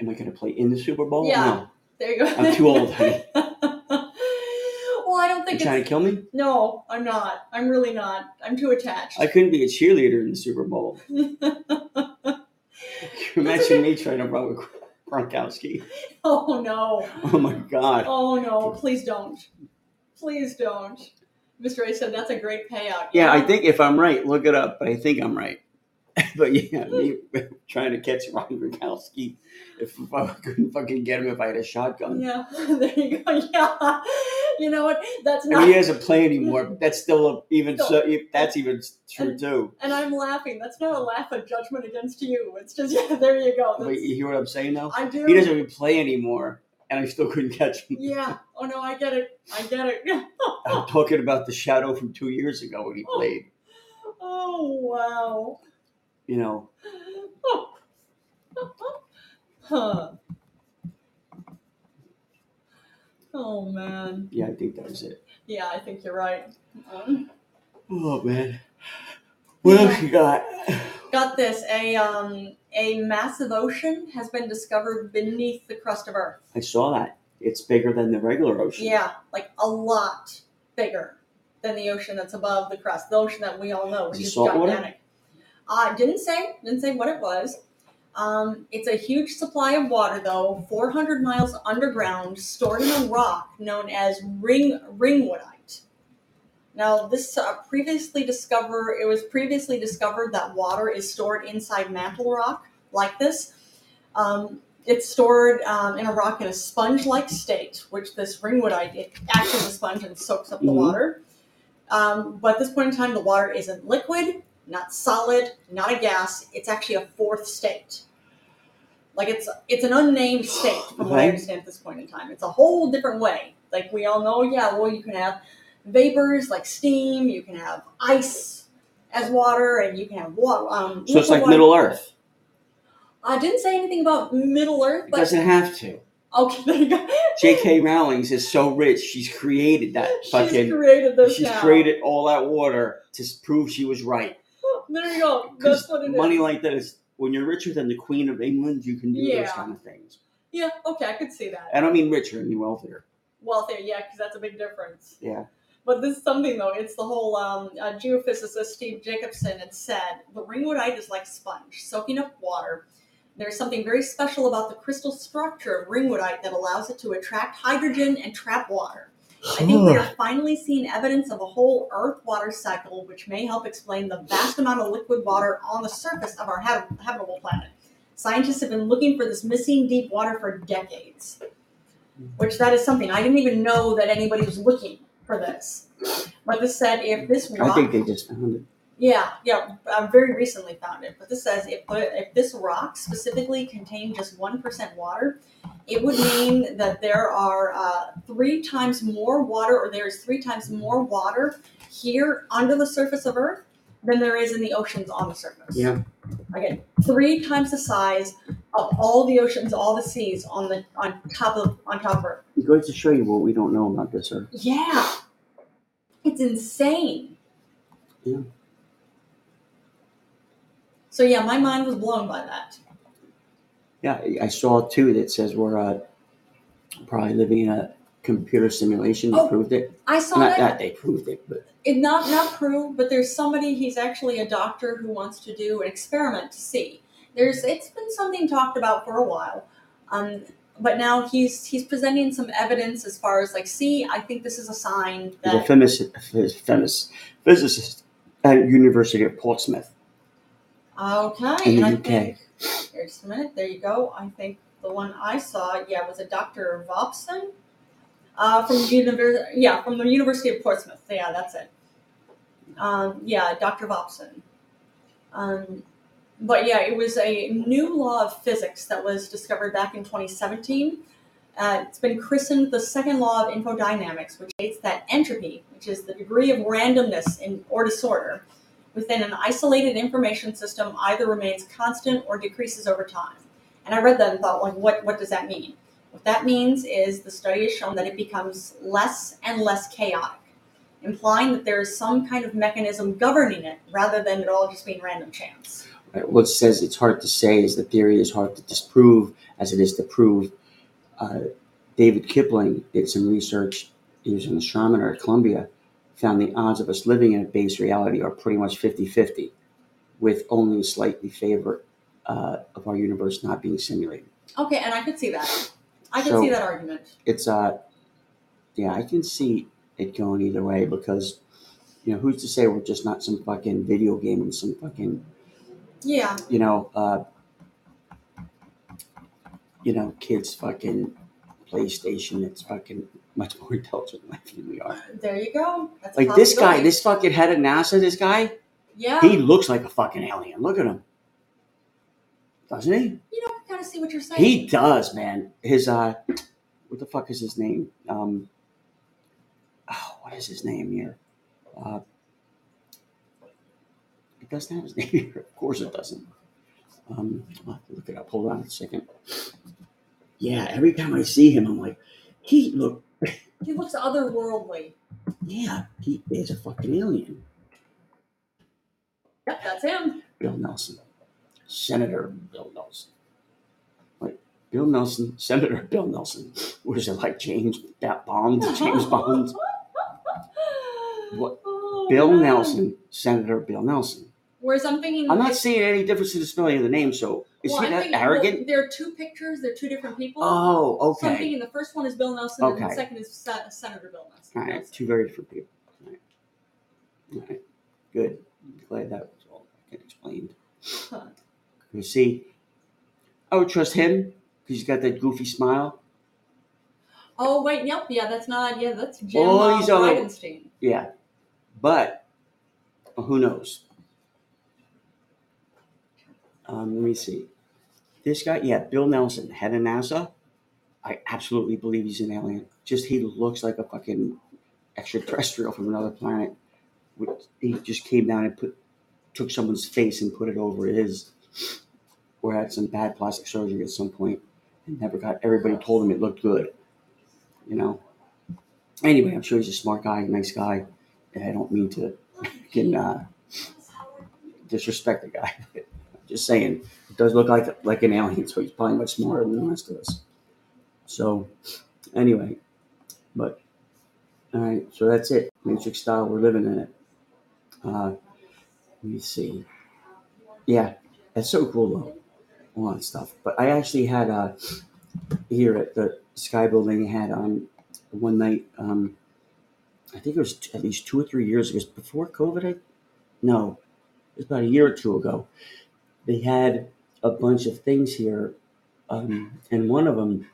C: Am I going to play in the Super Bowl?
B: Yeah.
C: No.
B: There you go.
C: I'm too old, honey.
B: well, I don't
C: You
B: think
C: trying
B: it's.
C: to kill me?
B: No, I'm not. I'm really not. I'm too attached.
C: I couldn't be a cheerleader in the Super Bowl. Can you imagine me trying to run with Gronkowski?
B: oh no.
C: Oh my God.
B: Oh no, please don't. Please don't. Mr. A said that's a great payout.
C: Yeah, I think if I'm right, look it up. But I think I'm right. But yeah, me trying to catch Ron Gronkowski. If I couldn't fucking get him, if I had a shotgun.
B: Yeah, there you go. Yeah. You know what? That's
C: I
B: not.
C: mean, he doesn't play anymore. But that's still a, even so. e, That's even true too.
B: And I'm laughing. That's not a laugh of judgment against you. It's just, yeah, there you go.
C: But
B: That's-
C: you hear what I'm saying though?
B: I do.
C: He doesn't even play anymore, and I still couldn't catch him.
B: Yeah. Oh no, I get it. I get it.
C: I'm talking about the shadow from two years ago when he played.
B: Oh
C: you know.
B: wow. Huh. Oh man.
C: Yeah, I think that was it.
B: Yeah, I think you're right. Um,
C: Oh man, what else you got?
B: got this. A um a massive ocean has been discovered beneath the crust of Earth.
C: I saw that. It's bigger than the regular ocean.
B: Yeah, like a lot bigger than the ocean that's above the crust, the ocean that we all know, which
C: Is it
B: is
C: salt water?
B: gigantic. Uh, didn't say, didn't say what it was. Um, it's a huge supply of water, though, 400 miles underground, stored in a rock known as ring ringwoodite. Now, this uh, previously discovered, it was previously discovered that water is stored inside mantle rock like this. Um, it's stored um, in a rock in a sponge-like state, which this ringwoodite it acts as a sponge and soaks up the
C: Mhm.
B: water. Um, but at this point in time, the water isn't liquid, not solid, not a gas. It's actually a fourth state. Like it's it's an unnamed state from what I
C: Right.
B: understand at this point in time. It's a whole different way. Like we all know, yeah. Well, you can have vapors like steam. You can have ice as water, and you can have water. Um,
C: So
B: liquid
C: it's like
B: water.
C: Middle Earth.
B: I didn't say anything about Middle Earth,
C: It
B: but
C: doesn't have to.
B: okay, there you go.
C: J.K. Rowling's is so rich, she's created that
B: she's
C: fucking.
B: created this
C: She's
B: now.
C: created all that water to s- prove she was right.
B: There you go.
C: Because
B: That's what it is.
C: money like that is when you're richer than the Queen of England, you can do those
B: Yeah.
C: kind of things.
B: Yeah. Okay, I could see that.
C: I don't mean richer, I mean wealthier.
B: Wealthier, yeah, because that's a big difference.
C: Yeah.
B: But this is something though. It's the whole um, uh, geophysicist Steve Jacobson had said the ringwoodite is like sponge, soaking up water. There's something very special about the crystal structure of ringwoodite that allows it to attract hydrogen and trap water. I think we are finally seeing evidence of a whole Earth water cycle, which may help explain the vast amount of liquid water on the surface of our hab- habitable planet. Scientists have been looking for this missing deep water for decades, which that is something I didn't even know that anybody was looking for this. But this said, if this rock,
C: I think they just found it.
B: yeah, yeah, I very recently found it. But this says if if this rock specifically contained just one percent water, it would mean that there are uh, three times more water, or there is three times more water here under the surface of Earth than there is in the oceans on the surface.
C: Yeah.
B: Again, three times the size of all the oceans, all the seas on the on top of on top of Earth.
C: It goes to show you what we don't know about this Earth.
B: Yeah. It's insane.
C: Yeah.
B: So yeah, my mind was blown by that.
C: Yeah, I- I saw too that says we're uh, probably living in a computer simulation. They
B: Oh,
C: proved it.
B: I saw
C: Not
B: that.
C: that they proved it, but
B: It not not proved, but there's somebody. He's actually a doctor who wants to do an experiment to see. There's it's been something talked about for a while, um, but now he's he's presenting some evidence as far as like, see, I think this is a sign
C: there's a
B: that
C: femis, phys, femis, physicist at University of Portsmouth.
B: Okay, and
C: In the
B: I
C: UK.
B: think here, just a minute. There you go. I think the one I saw, yeah, was a Dr. Vobson, uh, from university. Yeah, from the University of Portsmouth. Yeah, that's it. Um, yeah, Dr. Vobson. Um, but yeah, it was a new law of physics that was discovered back in 2017. Uh, it's been christened the second law of infodynamics, which states that entropy, which is the degree of randomness in, or disorder, within an isolated information system either remains constant or decreases over time. And I read that and thought, like, what, what does that mean? What that means is the study has shown that it becomes less and less chaotic, implying that there is some kind of mechanism governing it rather than it all just being random chance.
C: Uh, What says it's hard to say is the theory is hard to disprove as it is to prove. Uh, David Kipling did some research. He was an astronomer at Columbia. Found the odds of us living in a base reality are pretty much 50 50, with only slightly favor uh, of our universe not being simulated.
B: Okay, and I could see that. I could
C: So-
B: see that argument.
C: it's uh yeah i can see it going either way because you know who's to say we're just not some fucking video game and some fucking
B: Yeah,
C: you know uh you know kids fucking playstation it's fucking much more intelligent than I think we are
B: there you go. That's a
C: like this guy
B: possibility.
C: this fucking head of nasa this guy
B: Yeah,
C: he looks like a fucking alien look at him doesn't he
B: you know, I kind of see what you're saying.
C: he does man his uh what the fuck is his name um oh what is his name here uh It doesn't have his name here. Of course it doesn't. Um, I'll have to look it up. Hold on a second. Yeah, every time I see him, I'm like, he look.
B: He looks otherworldly.
C: Yeah, he is a fucking alien.
B: Yep, that's him.
C: Bill Nelson, Senator Bill Nelson. Like Bill Nelson, Senator Bill Nelson. What is it like, James? That Bond, James Bond. What?
B: Oh,
C: Bill
B: God.
C: Nelson, Senator Bill Nelson.
B: Whereas I'm thinking,
C: I'm not
B: like-
C: seeing any difference in the spelling of the name, so is
B: well,
C: he
B: I'm
C: that
B: thinking- well,
C: arrogant?
B: there are two pictures. They're two different people.
C: Oh,
B: So I'm
C: okay.
B: thinking the first one is Bill Nelson, and
C: Okay.
B: the second is Sen- Senator Bill Nelson.
C: All right,
B: Nelson.
C: two very different people. All right. All right. Good. I'm glad that was all fucking explained.
B: Huh.
C: You see, I would trust him because he's got that goofy smile.
B: Oh wait, yep, yeah, that's not. Yeah, that's Jim
C: All
B: uh,
C: these other-
B: Bridenstine.
C: Yeah. But well, who knows? Um, let me see. This guy, yeah, Bill Nelson, head of NASA. I absolutely believe he's an alien. Just he looks like a fucking extraterrestrial from another planet. Which he just came down and put took someone's face and put it over his, or had some bad plastic surgery at some point, and never got. Everybody told him it looked good. You know. Anyway, I'm sure he's a smart guy, nice guy, and I don't mean to fucking, uh, disrespect the guy. Just saying, it does look like like an alien, so he's probably much smarter than the rest of us. So, anyway, but all right, so that's it. Matrix style, we're living in it. Uh, let me see. Yeah, that's so cool though, all that stuff. But I actually had uh, here at the Sky Building had um one night um, I think it was t- at least two or three years. It was before COVID. I, no, it was about a year or two ago. They had a bunch of things here, um, and one of them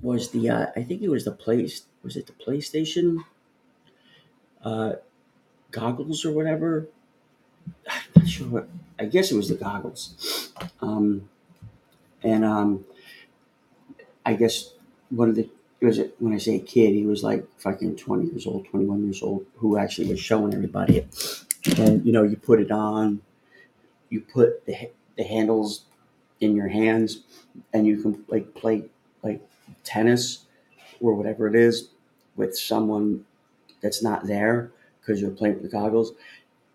C: was the uh, I think it was the place was it the PlayStation uh, goggles or whatever. I'm not sure what. I guess it was the goggles, um, and um, I guess one of the it was when I say kid, he was like fucking twenty years old, twenty one years old, who actually was showing everybody it. And you know, you put it on, you put the ha- the handles in your hands, and you can like play like tennis or whatever it is with someone that's not there because you're playing with the goggles.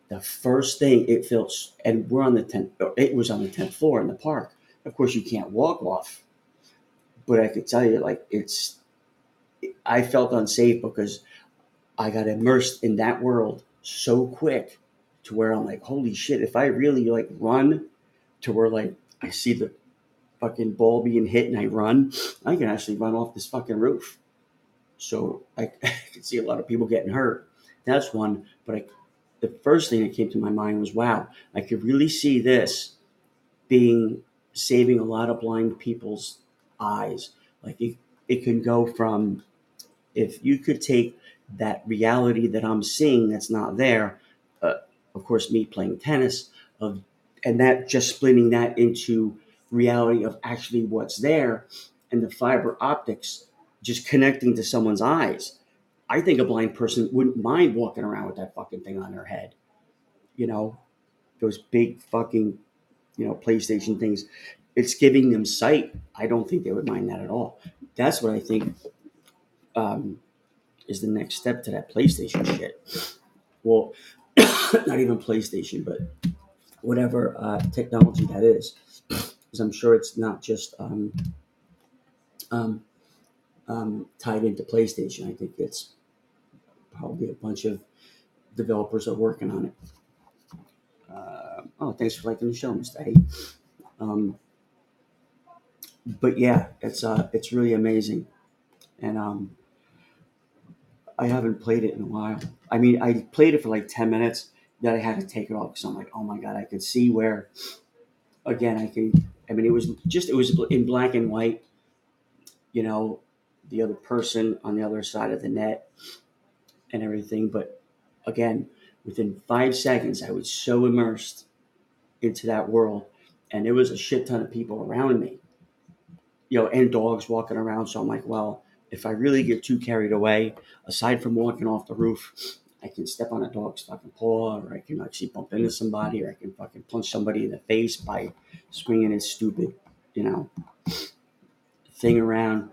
C: The first thing it felt, and we're on the tenth. It was on the tenth floor in the park. Of course, you can't walk off, but I could tell you, like it's. I felt unsafe because I got immersed in that world so quick to where I'm like, holy shit! If I really like run, to where like I see the fucking ball being hit and I run, I can actually run off this fucking roof. So I, I could see a lot of people getting hurt. That's one. But I, the first thing that came to my mind was, wow, I could really see this being saving a lot of blind people's eyes. Like it, it can go from if you could take that reality that I'm seeing that's not there, uh, of course, me playing tennis, of and that just splitting that into reality of actually what's there and the fiber optics just connecting to someone's eyes. I think a blind person wouldn't mind walking around with that fucking thing on their head. You know, those big fucking, you know, PlayStation things. It's giving them sight. I don't think they would mind that at all. That's what I think um, is the next step to that PlayStation shit. Well, not even PlayStation, but whatever uh, technology that is. Because I'm sure it's not just um, um, um, tied into PlayStation. I think it's probably a bunch of developers are working on it. Uh, oh, thanks for liking the show, Mr. Hey. Um, but yeah, it's uh, it's really amazing, and um, I haven't played it in a while. I mean, I played it for like ten minutes, then I had to take it off because I'm like, oh my god, I could see where. Again, I can. I mean, it was just it was in black and white. You know, the other person on the other side of the net and everything. But again, within five seconds, I was so immersed into that world, and there was a shit ton of people around me. You know, and dogs walking around. So I'm like, well, if I really get too carried away, aside from walking off the roof, I can step on a dog's fucking paw, or I can actually bump into somebody, or I can fucking punch somebody in the face by swinging his stupid, you know, thing around.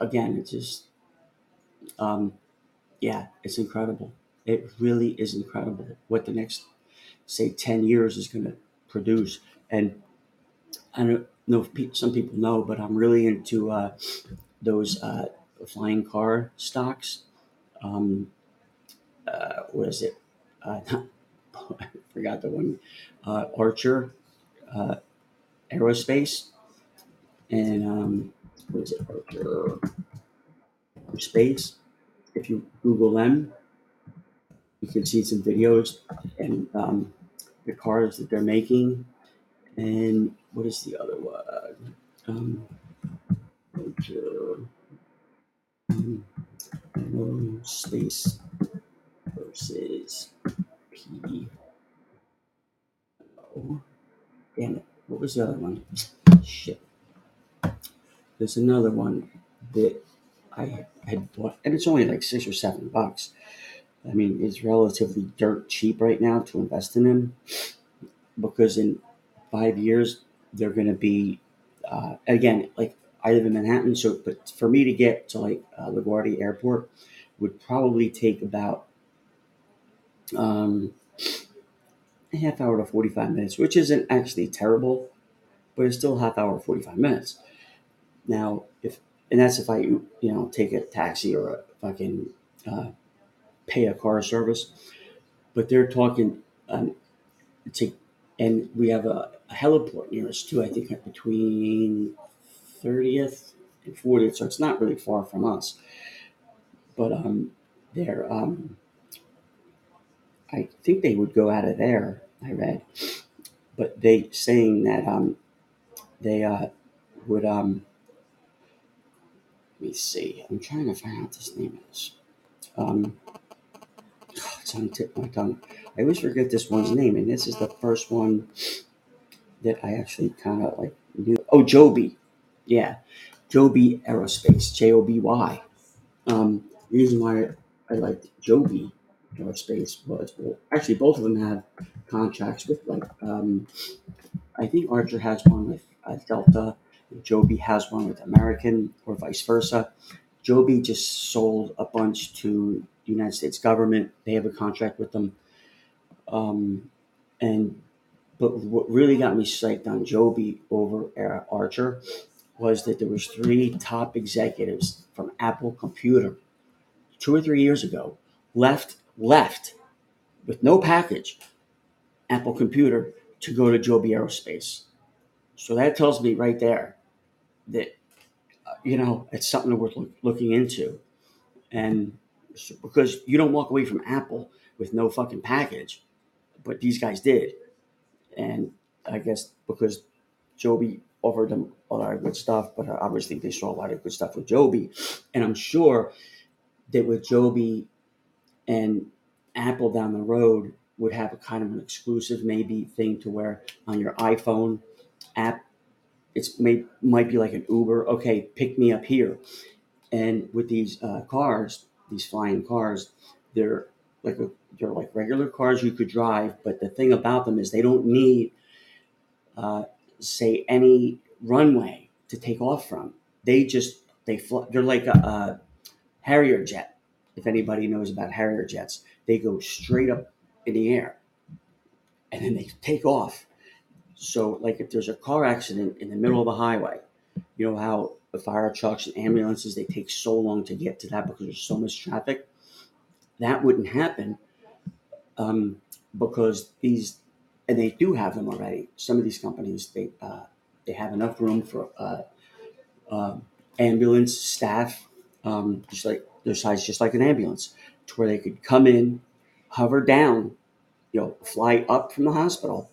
C: Again, it's just, um, yeah, it's incredible. It really is incredible what the next, say, 10 years is going to produce. And I don't know if pe- some people know, but I'm really into uh, those uh, flying car stocks. Um, uh, what is it? Uh, not, I forgot the one. Uh, Archer uh, Aerospace. And um, what is it? Archer Space. If you Google them, you can see some videos and um, the cars that they're making. And what is the other one? Um, Archer um, Aerospace versus P. E. Oh, damn it. What was the other one? Shit. There's another one that I had bought, and it's only like six or seven bucks. I mean, it's relatively dirt cheap right now to invest in them because in five years, they're going to be, uh, again, like I live in Manhattan, so, but for me to get to like uh, LaGuardia Airport would probably take about um, a half hour to 45 minutes, which isn't actually terrible, but it's still half hour, 45 minutes. Now, if, and that's if I, you know, take a taxi or a fucking uh, pay a car service, but they're talking, um, to, and we have a, a heliport near us too, I think between 30th and 40th, so it's not really far from us, but um, they're, um, I think they would go out of there. I read, but they saying that um they uh would um let me see. I'm trying to find out this name is. Um, it's on the tip of my tongue. I always forget this one's name, and this is the first one that I actually kind of like knew. Oh, Joby, yeah, Joby Aerospace, J O B Y. Um, the reason why I liked Joby Aerospace was well, actually both of them have contracts with like um, I think Archer has one with uh, Delta, and Joby has one with American, or vice versa. Joby just sold a bunch to the United States government. They have a contract with them, um, and but what really got me psyched on Joby over Ar- Archer was that there was three top executives from Apple Computer two or three years ago left left with no package Apple Computer to go to Joby Aerospace. So that tells me right there that uh, you know it's something worth look, looking into, and s- because you don't walk away from Apple with no fucking package, but these guys did, and I guess because Joby offered them a lot of good stuff, but obviously they saw a lot of good stuff with Joby, and I'm sure that with Joby and Apple down the road would have a kind of an exclusive maybe thing to where on your iPhone app it's may might be like an Uber. Okay, pick me up here. And with these uh, cars, these flying cars, they're like a, they're like regular cars you could drive. But the thing about them is they don't need uh, say any runway to take off from. They just they fly, they're like a, a Harrier jet. If anybody knows about Harrier jets, they go straight up in the air and then they take off. So, like if there's a car accident in the middle of a highway, you know how the fire trucks and ambulances they take so long to get to that because there's so much traffic. That wouldn't happen um, because these, and they do have them already. Some of these companies they uh, they have enough room for uh, um ambulance staff, um, just like their size, just like an ambulance, to where they could come in, hover down, you know, fly up from the hospital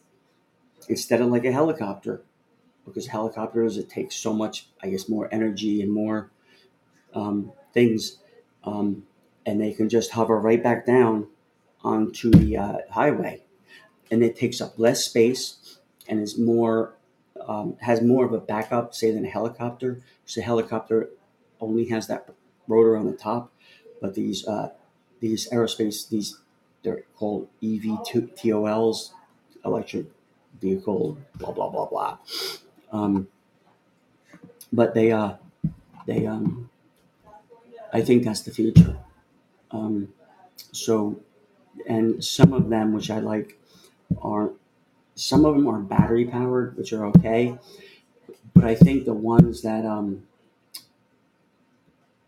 C: instead of like a helicopter because helicopters it takes so much i guess more energy and more um, things um, and they can just hover right back down onto the uh, highway and it takes up less space and is more um, has more of a backup say than a helicopter so a helicopter only has that rotor on the top but these uh, these aerospace these they're called E EV to- TOLs, electric vehicle, blah blah blah blah. Um, but they uh they um I think that's the future. Um, so and some of them which I like are some of them are battery powered, which are okay. But I think the ones that um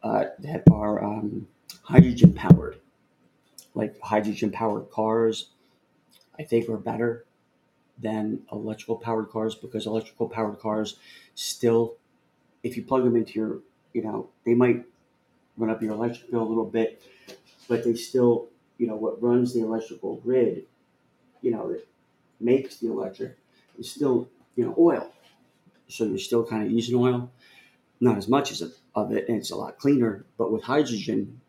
C: uh, that are um, hydrogen powered, like hydrogen powered cars, I think are better than electrical powered cars because electrical powered cars still, if you plug them into your, you know, they might run up your electric bill a little bit, but they still, you know, what runs the electrical grid, you know, that makes the electric is still, you know, oil. So you're still kind of using oil, not as much as a, of it, and it's a lot cleaner. But with hydrogen,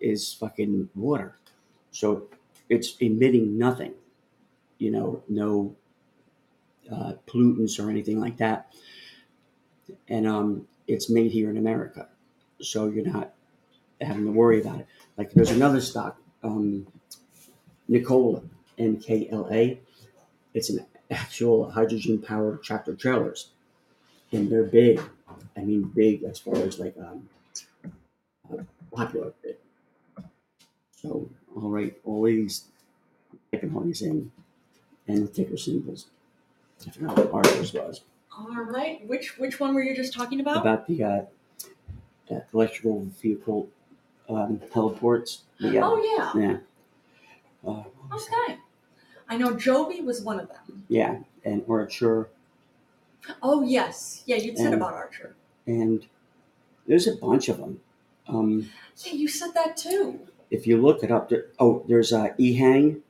C: is fucking water, so it's emitting nothing, you know, no uh, pollutants or anything like that. And um, it's made here in America, so you're not having to worry about it. Like there's another stock, um, Nicola, N K L A. It's an actual hydrogen powered tractor trailers, and they're big. I mean, big as far as like um, uh, popular. So I'll write all these typing all these in and the ticker symbols. I forgot what articles was
B: All right. Which which one were you just talking about?
C: about the uh, uh, electrical vehicle um, teleports. The, uh,
B: Oh yeah.
C: Yeah. Uh,
B: Okay. I know Jovi was one of them.
C: yeah, and Archer,
B: Oh yes. Yeah, you would said
C: And-
B: about Archer.
C: and there's a bunch of them. Um,
B: Yeah, you said that too.
C: if you look it up, there, oh, there's uh, Ehang,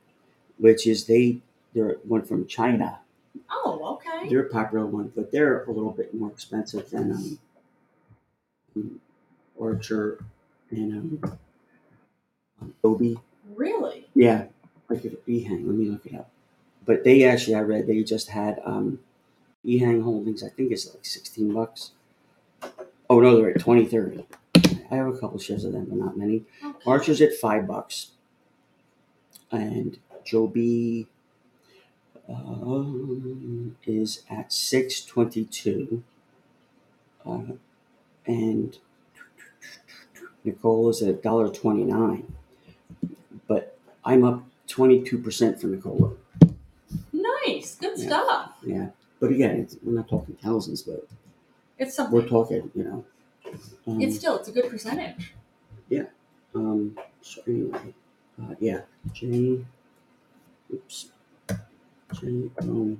C: which is they they're one from China.
B: Oh, okay.
C: They're a popular one, but they're a little bit more expensive than um, um, Archer and um, um, Obi.
B: Really?
C: Yeah, like if Ehang. Let me look it up. But they actually, I read they just had um, Ehang Holdings. I think it's like sixteen bucks. Oh no, they're at twenty thirty. I have a couple shares of them, but not many.
B: Okay.
C: Archer's at five bucks, and Joby um, is at six twenty two, uh, and Nicola's at a dollar twenty nine. But I'm up twenty two percent for Nicola.
B: Nice. Good
C: Yeah.
B: stuff.
C: Yeah, but again, it's, we're not talking thousands, but
B: It's something.
C: we're talking, you know. Um,
B: It's still it's a good percentage.
C: um. So anyway, uh, yeah, J. Oops. J O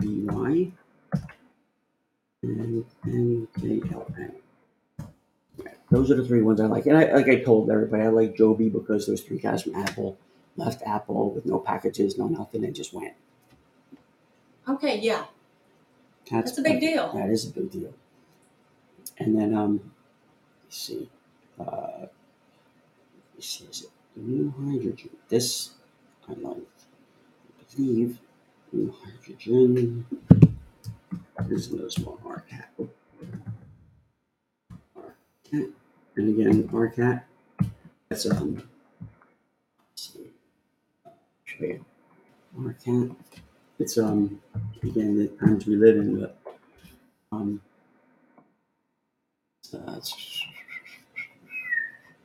C: B Y. And N K L A. Yeah, Those are the three ones I like, and I like I told everybody I like Joby because those three guys from Apple left Apple with no packages, no nothing, and just went.
B: Okay. Yeah.
C: That's,
B: That's a big deal.
C: That is a big deal. And then um, let's see, uh, let's see, is it new hydrogen? This I like. I believe new hydrogen. There's another small RCAT. RCAT. And again, RCAT. That's um. let's see. Show you. RCAT. It's um again the times we live in, but um, uh, it's-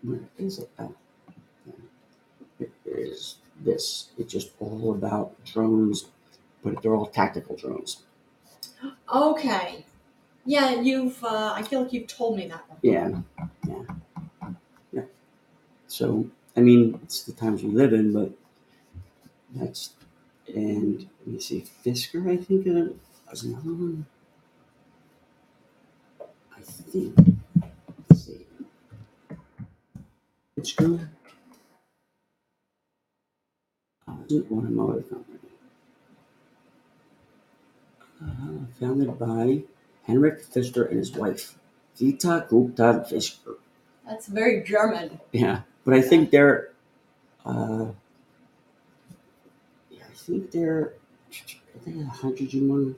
C: where is it? Oh, yeah. it is this. It's just all about drones, but they're all tactical drones.
B: Okay. Yeah, you've. Uh, I feel like you've told me that one.
C: Yeah, yeah, yeah. So I mean, it's the times we live in, but that's and let me see, Fisker. I think uh, was another one. I think. Let's see. Fisker. Uh, it's an automotive company. Uh, founded by Henrik Fisker and his wife, Vita Gupta Fisker.
B: That's very German.
C: Yeah, but I think they're, uh, yeah, I think they're, I think the hydrogen one,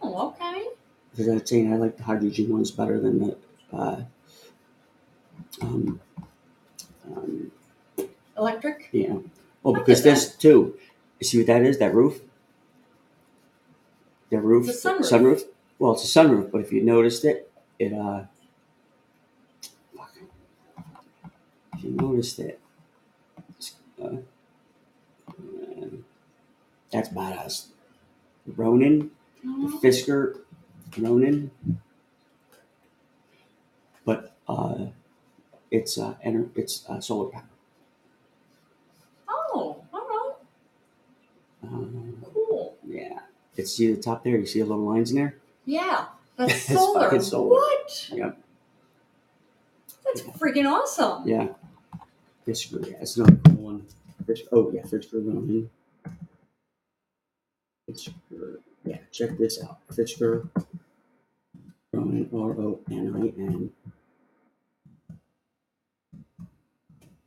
B: Oh, okay.
C: because I'm saying I like the hydrogen ones better than the, uh, um, um,
B: electric?
C: Yeah. Oh,
B: Look
C: because
B: at that.
C: this too. You see what that is? That roof. The roof.
B: It's a sunroof.
C: Well, it's a sunroof, but if you noticed it, it uh. fuck. If you noticed it, it's, uh, um, that's badass. Ronin, the
B: No.
C: Fisker, Ronin. But uh, it's uh, ener- it's uh, solar power.
B: Oh, all
C: Um,
B: right, cool.
C: Yeah. It's see the top there. You see the little lines in there.
B: Yeah, that's
C: It's
B: solar.
C: fucking solar.
B: What?
C: Yep.
B: That's freaking awesome.
C: Yeah. Fisker. Yeah, it's another cool one. Fisker. Oh yeah, Fisker Ronin. Fisker. Yeah, check this out. Fisker Ronin. R O N I N.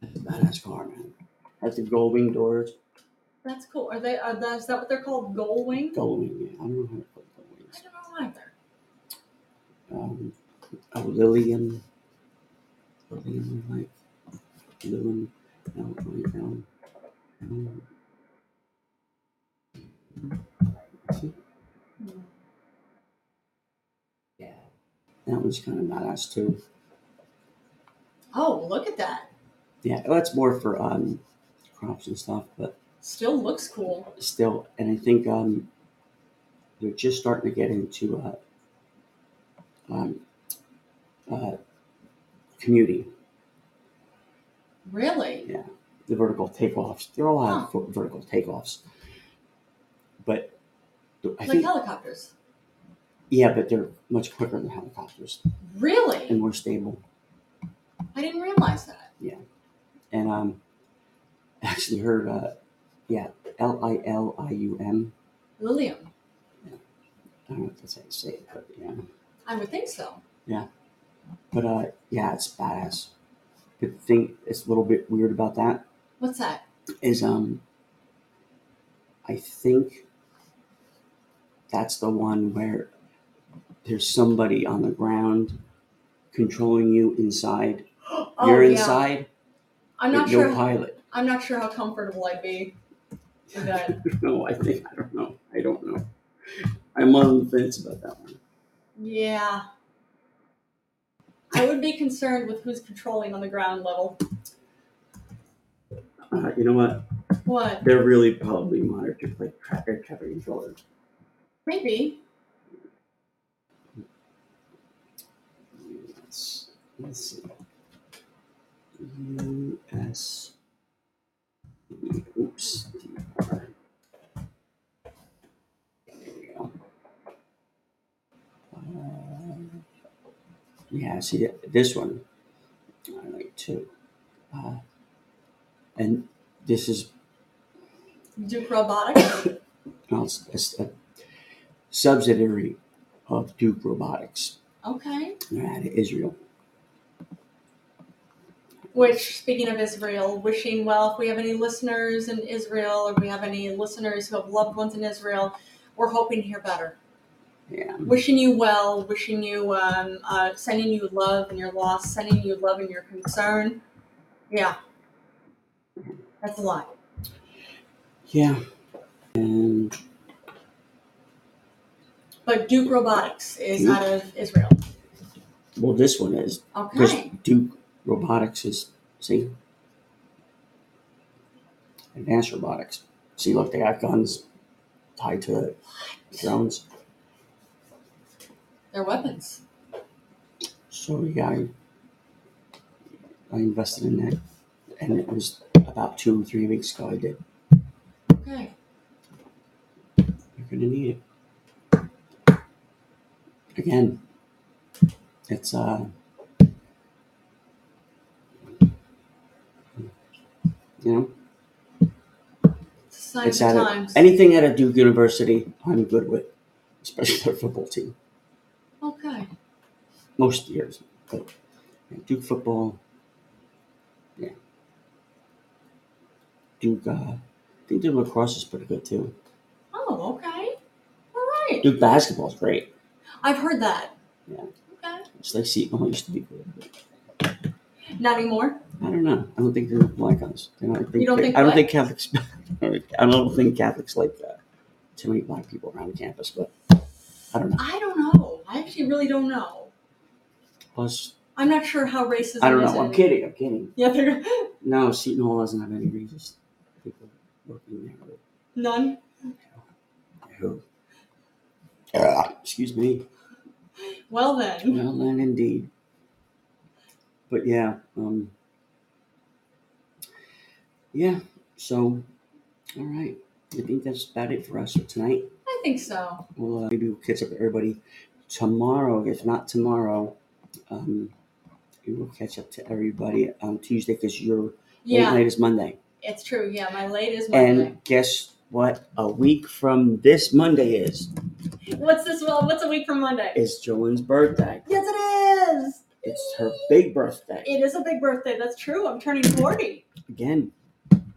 C: That's a badass car, man. Has the gold wing doors.
B: That's cool. Are they? Are that, is that what they're called? Gold wing?
C: Gold wing. Yeah, I don't know how to put gold
B: I
C: wings.
B: don't know either.
C: Um, oh, Lillian. Lillian, like Lillian. No, wait, no. No.
B: Hmm.
C: Yeah. That one's kind of badass too.
B: Oh, look at that.
C: Yeah, well, that's more for um crops and stuff, but
B: Still looks cool.
C: still, and I think um they're just starting to get into uh um uh commuting,
B: Really?
C: the vertical takeoffs. They're all have v- vertical takeoffs, but th- I
B: like
C: think
B: helicopters.
C: yeah, but they're much quicker than helicopters
B: Really?
C: and more stable.
B: I didn't realize that.
C: and um, actually heard uh, yeah, L I L I U M.
B: Lilium.
C: I don't know if that's how you say it, but yeah,
B: I would think so.
C: but uh, yeah, it's badass. But the thing that's a little bit weird about that
B: What's that?
C: is um, I think that's the one where there's somebody on the ground controlling you inside.
B: Oh,
C: You're
B: yeah.
C: inside,
B: I'm not
C: but
B: sure.
C: no pilot.
B: I'm not sure how comfortable I'd be with that.
C: no, I think I don't know. I don't know. I'm on the fence about that one.
B: yeah. I would be concerned with who's controlling on the ground level.
C: Uh, you know what?
B: What?
C: They're really probably monitored like tra- air traffic controllers.
B: Maybe.
C: Let's, let's see. U.S. Oops. DR. There we go. Uh, yeah, see this one. I like two. Uh, and this is
B: Duke Robotics.
C: Well, it's, it's a subsidiary of Duke Robotics.
B: okay.
C: They're out of Israel.
B: Which, speaking of Israel, wishing well, if we have any listeners in Israel or we have any listeners who have loved ones in Israel, we're hoping to hear better.
C: Yeah.
B: Wishing you well, wishing you, um, uh, sending you love and your loss, sending you love and your concern. Yeah. That's a lot.
C: Yeah. And
B: But Duke Robotics is out of Israel.
C: well, this one is because
B: Okay.
C: Duke Robotics is see advanced robotics. See, look, they got guns tied to it, drones.
B: They're weapons.
C: So yeah, I, I invested in that, and it was about two or three weeks ago. I did.
B: Okay.
C: You're gonna need it. Again, it's uh you know
B: It's a sign
C: It's
B: of the
C: out of-
B: times.
C: anything at a Duke University I'm good with, especially their football team.
B: okay.
C: Most years. But Duke football yeah. Duke uh I think Duke lacrosse is pretty good too.
B: Oh, okay. All right.
C: Duke basketball is great.
B: I've heard that.
C: Yeah.
B: Okay.
C: It's like Seton Hall used to be good.
B: Not anymore.
C: I don't know. I don't think they're like us. And I think
B: You don't
C: they-
B: think
C: I don't
B: what?
C: think Catholics. I don't think Catholics like uh, too many black people around campus. But I don't know.
B: I don't know. I actually really don't know.
C: Plus,
B: I'm not sure how racism.
C: I don't
B: is
C: know. I'm
B: in-
C: kidding. I'm kidding.
B: Yeah, there-
C: No, Seton Hall doesn't have any racist people working there.
B: none.
C: Who? Ah, excuse me.
B: Well then,
C: Well, then indeed. But yeah, um, yeah. So, all right. I think that's about it for us for tonight.
B: I think so.
C: We'll uh, maybe we'll catch up with everybody tomorrow. If not tomorrow, um, we will catch up to everybody on Tuesday because your late
B: Yeah,
C: night is Monday.
B: it's true. Yeah, my late is Monday.
C: And guess what? A week from this Monday is
B: What's this? Well, what's a week from Monday?
C: is Joan's birthday.
B: Yes, it is.
C: It's her big birthday
B: It is a big birthday. That's true. I'm turning 40
C: again.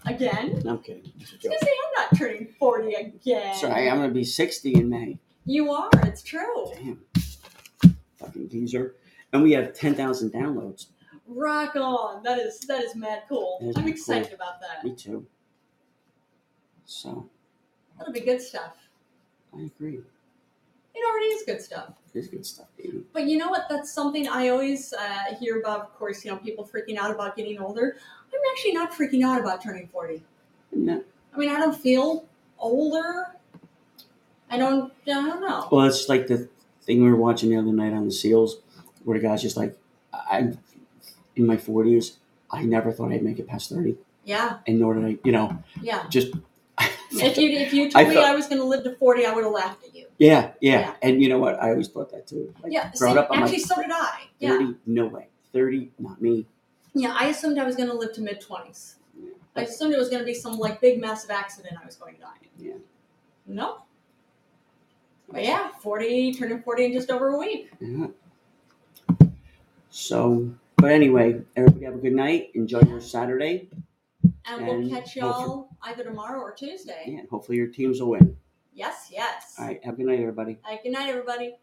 B: again.
C: No, I'm kidding. It's a joke.
B: Excuse me, I'm not turning 40 again.
C: Sorry, I'm gonna be 60 in May.
B: You are. It's true.
C: Damn, fucking geezer. And we have 10,000 downloads.
B: Rock on. That is that is mad cool.
C: That is
B: I'm
C: mad
B: excited about that.
C: Me too. So
B: That'll be good stuff.
C: I agree.
B: It already is good stuff.
C: It's good stuff, baby.
B: But you know what? That's something I always uh, hear about. Of course, you know, people freaking out about getting older. I'm actually not freaking out about turning 40.
C: Isn't that
B: I mean, I don't feel older. I don't. I don't know.
C: Well, it's like the thing we were watching the other night on the SEALs, where the guy's just like, I'm in my 40s. I never thought I'd make it past 30,
B: Yeah,
C: and nor did I, you know,
B: yeah.
C: just.
B: If you if you told
C: I
B: me
C: felt-
B: I was going to live to 40, I would have laughed at you.
C: yeah, yeah,
B: Yeah.
C: And you know what? I always thought that too. Like,
B: Yeah. See,
C: growing up, I'm
B: actually,
C: like,
B: so did I. Yeah.
C: 30, no way. 30, not me.
B: Yeah, I assumed I was going to live to mid 20s.
C: Yeah.
B: I assumed it was going to be some like big massive accident I was going to die in.
C: Yeah.
B: No. But yeah, 40, turning 40 in just over a week.
C: Yeah. Uh-huh. So, but anyway, everybody have a good night. Enjoy your Saturday,
B: And we'll
C: And
B: catch
C: we'll-
B: y'all either tomorrow or Tuesday.
C: and hopefully your teams will win.
B: Yes, yes.
C: All right, have a good night, everybody.
B: All right, good night, everybody.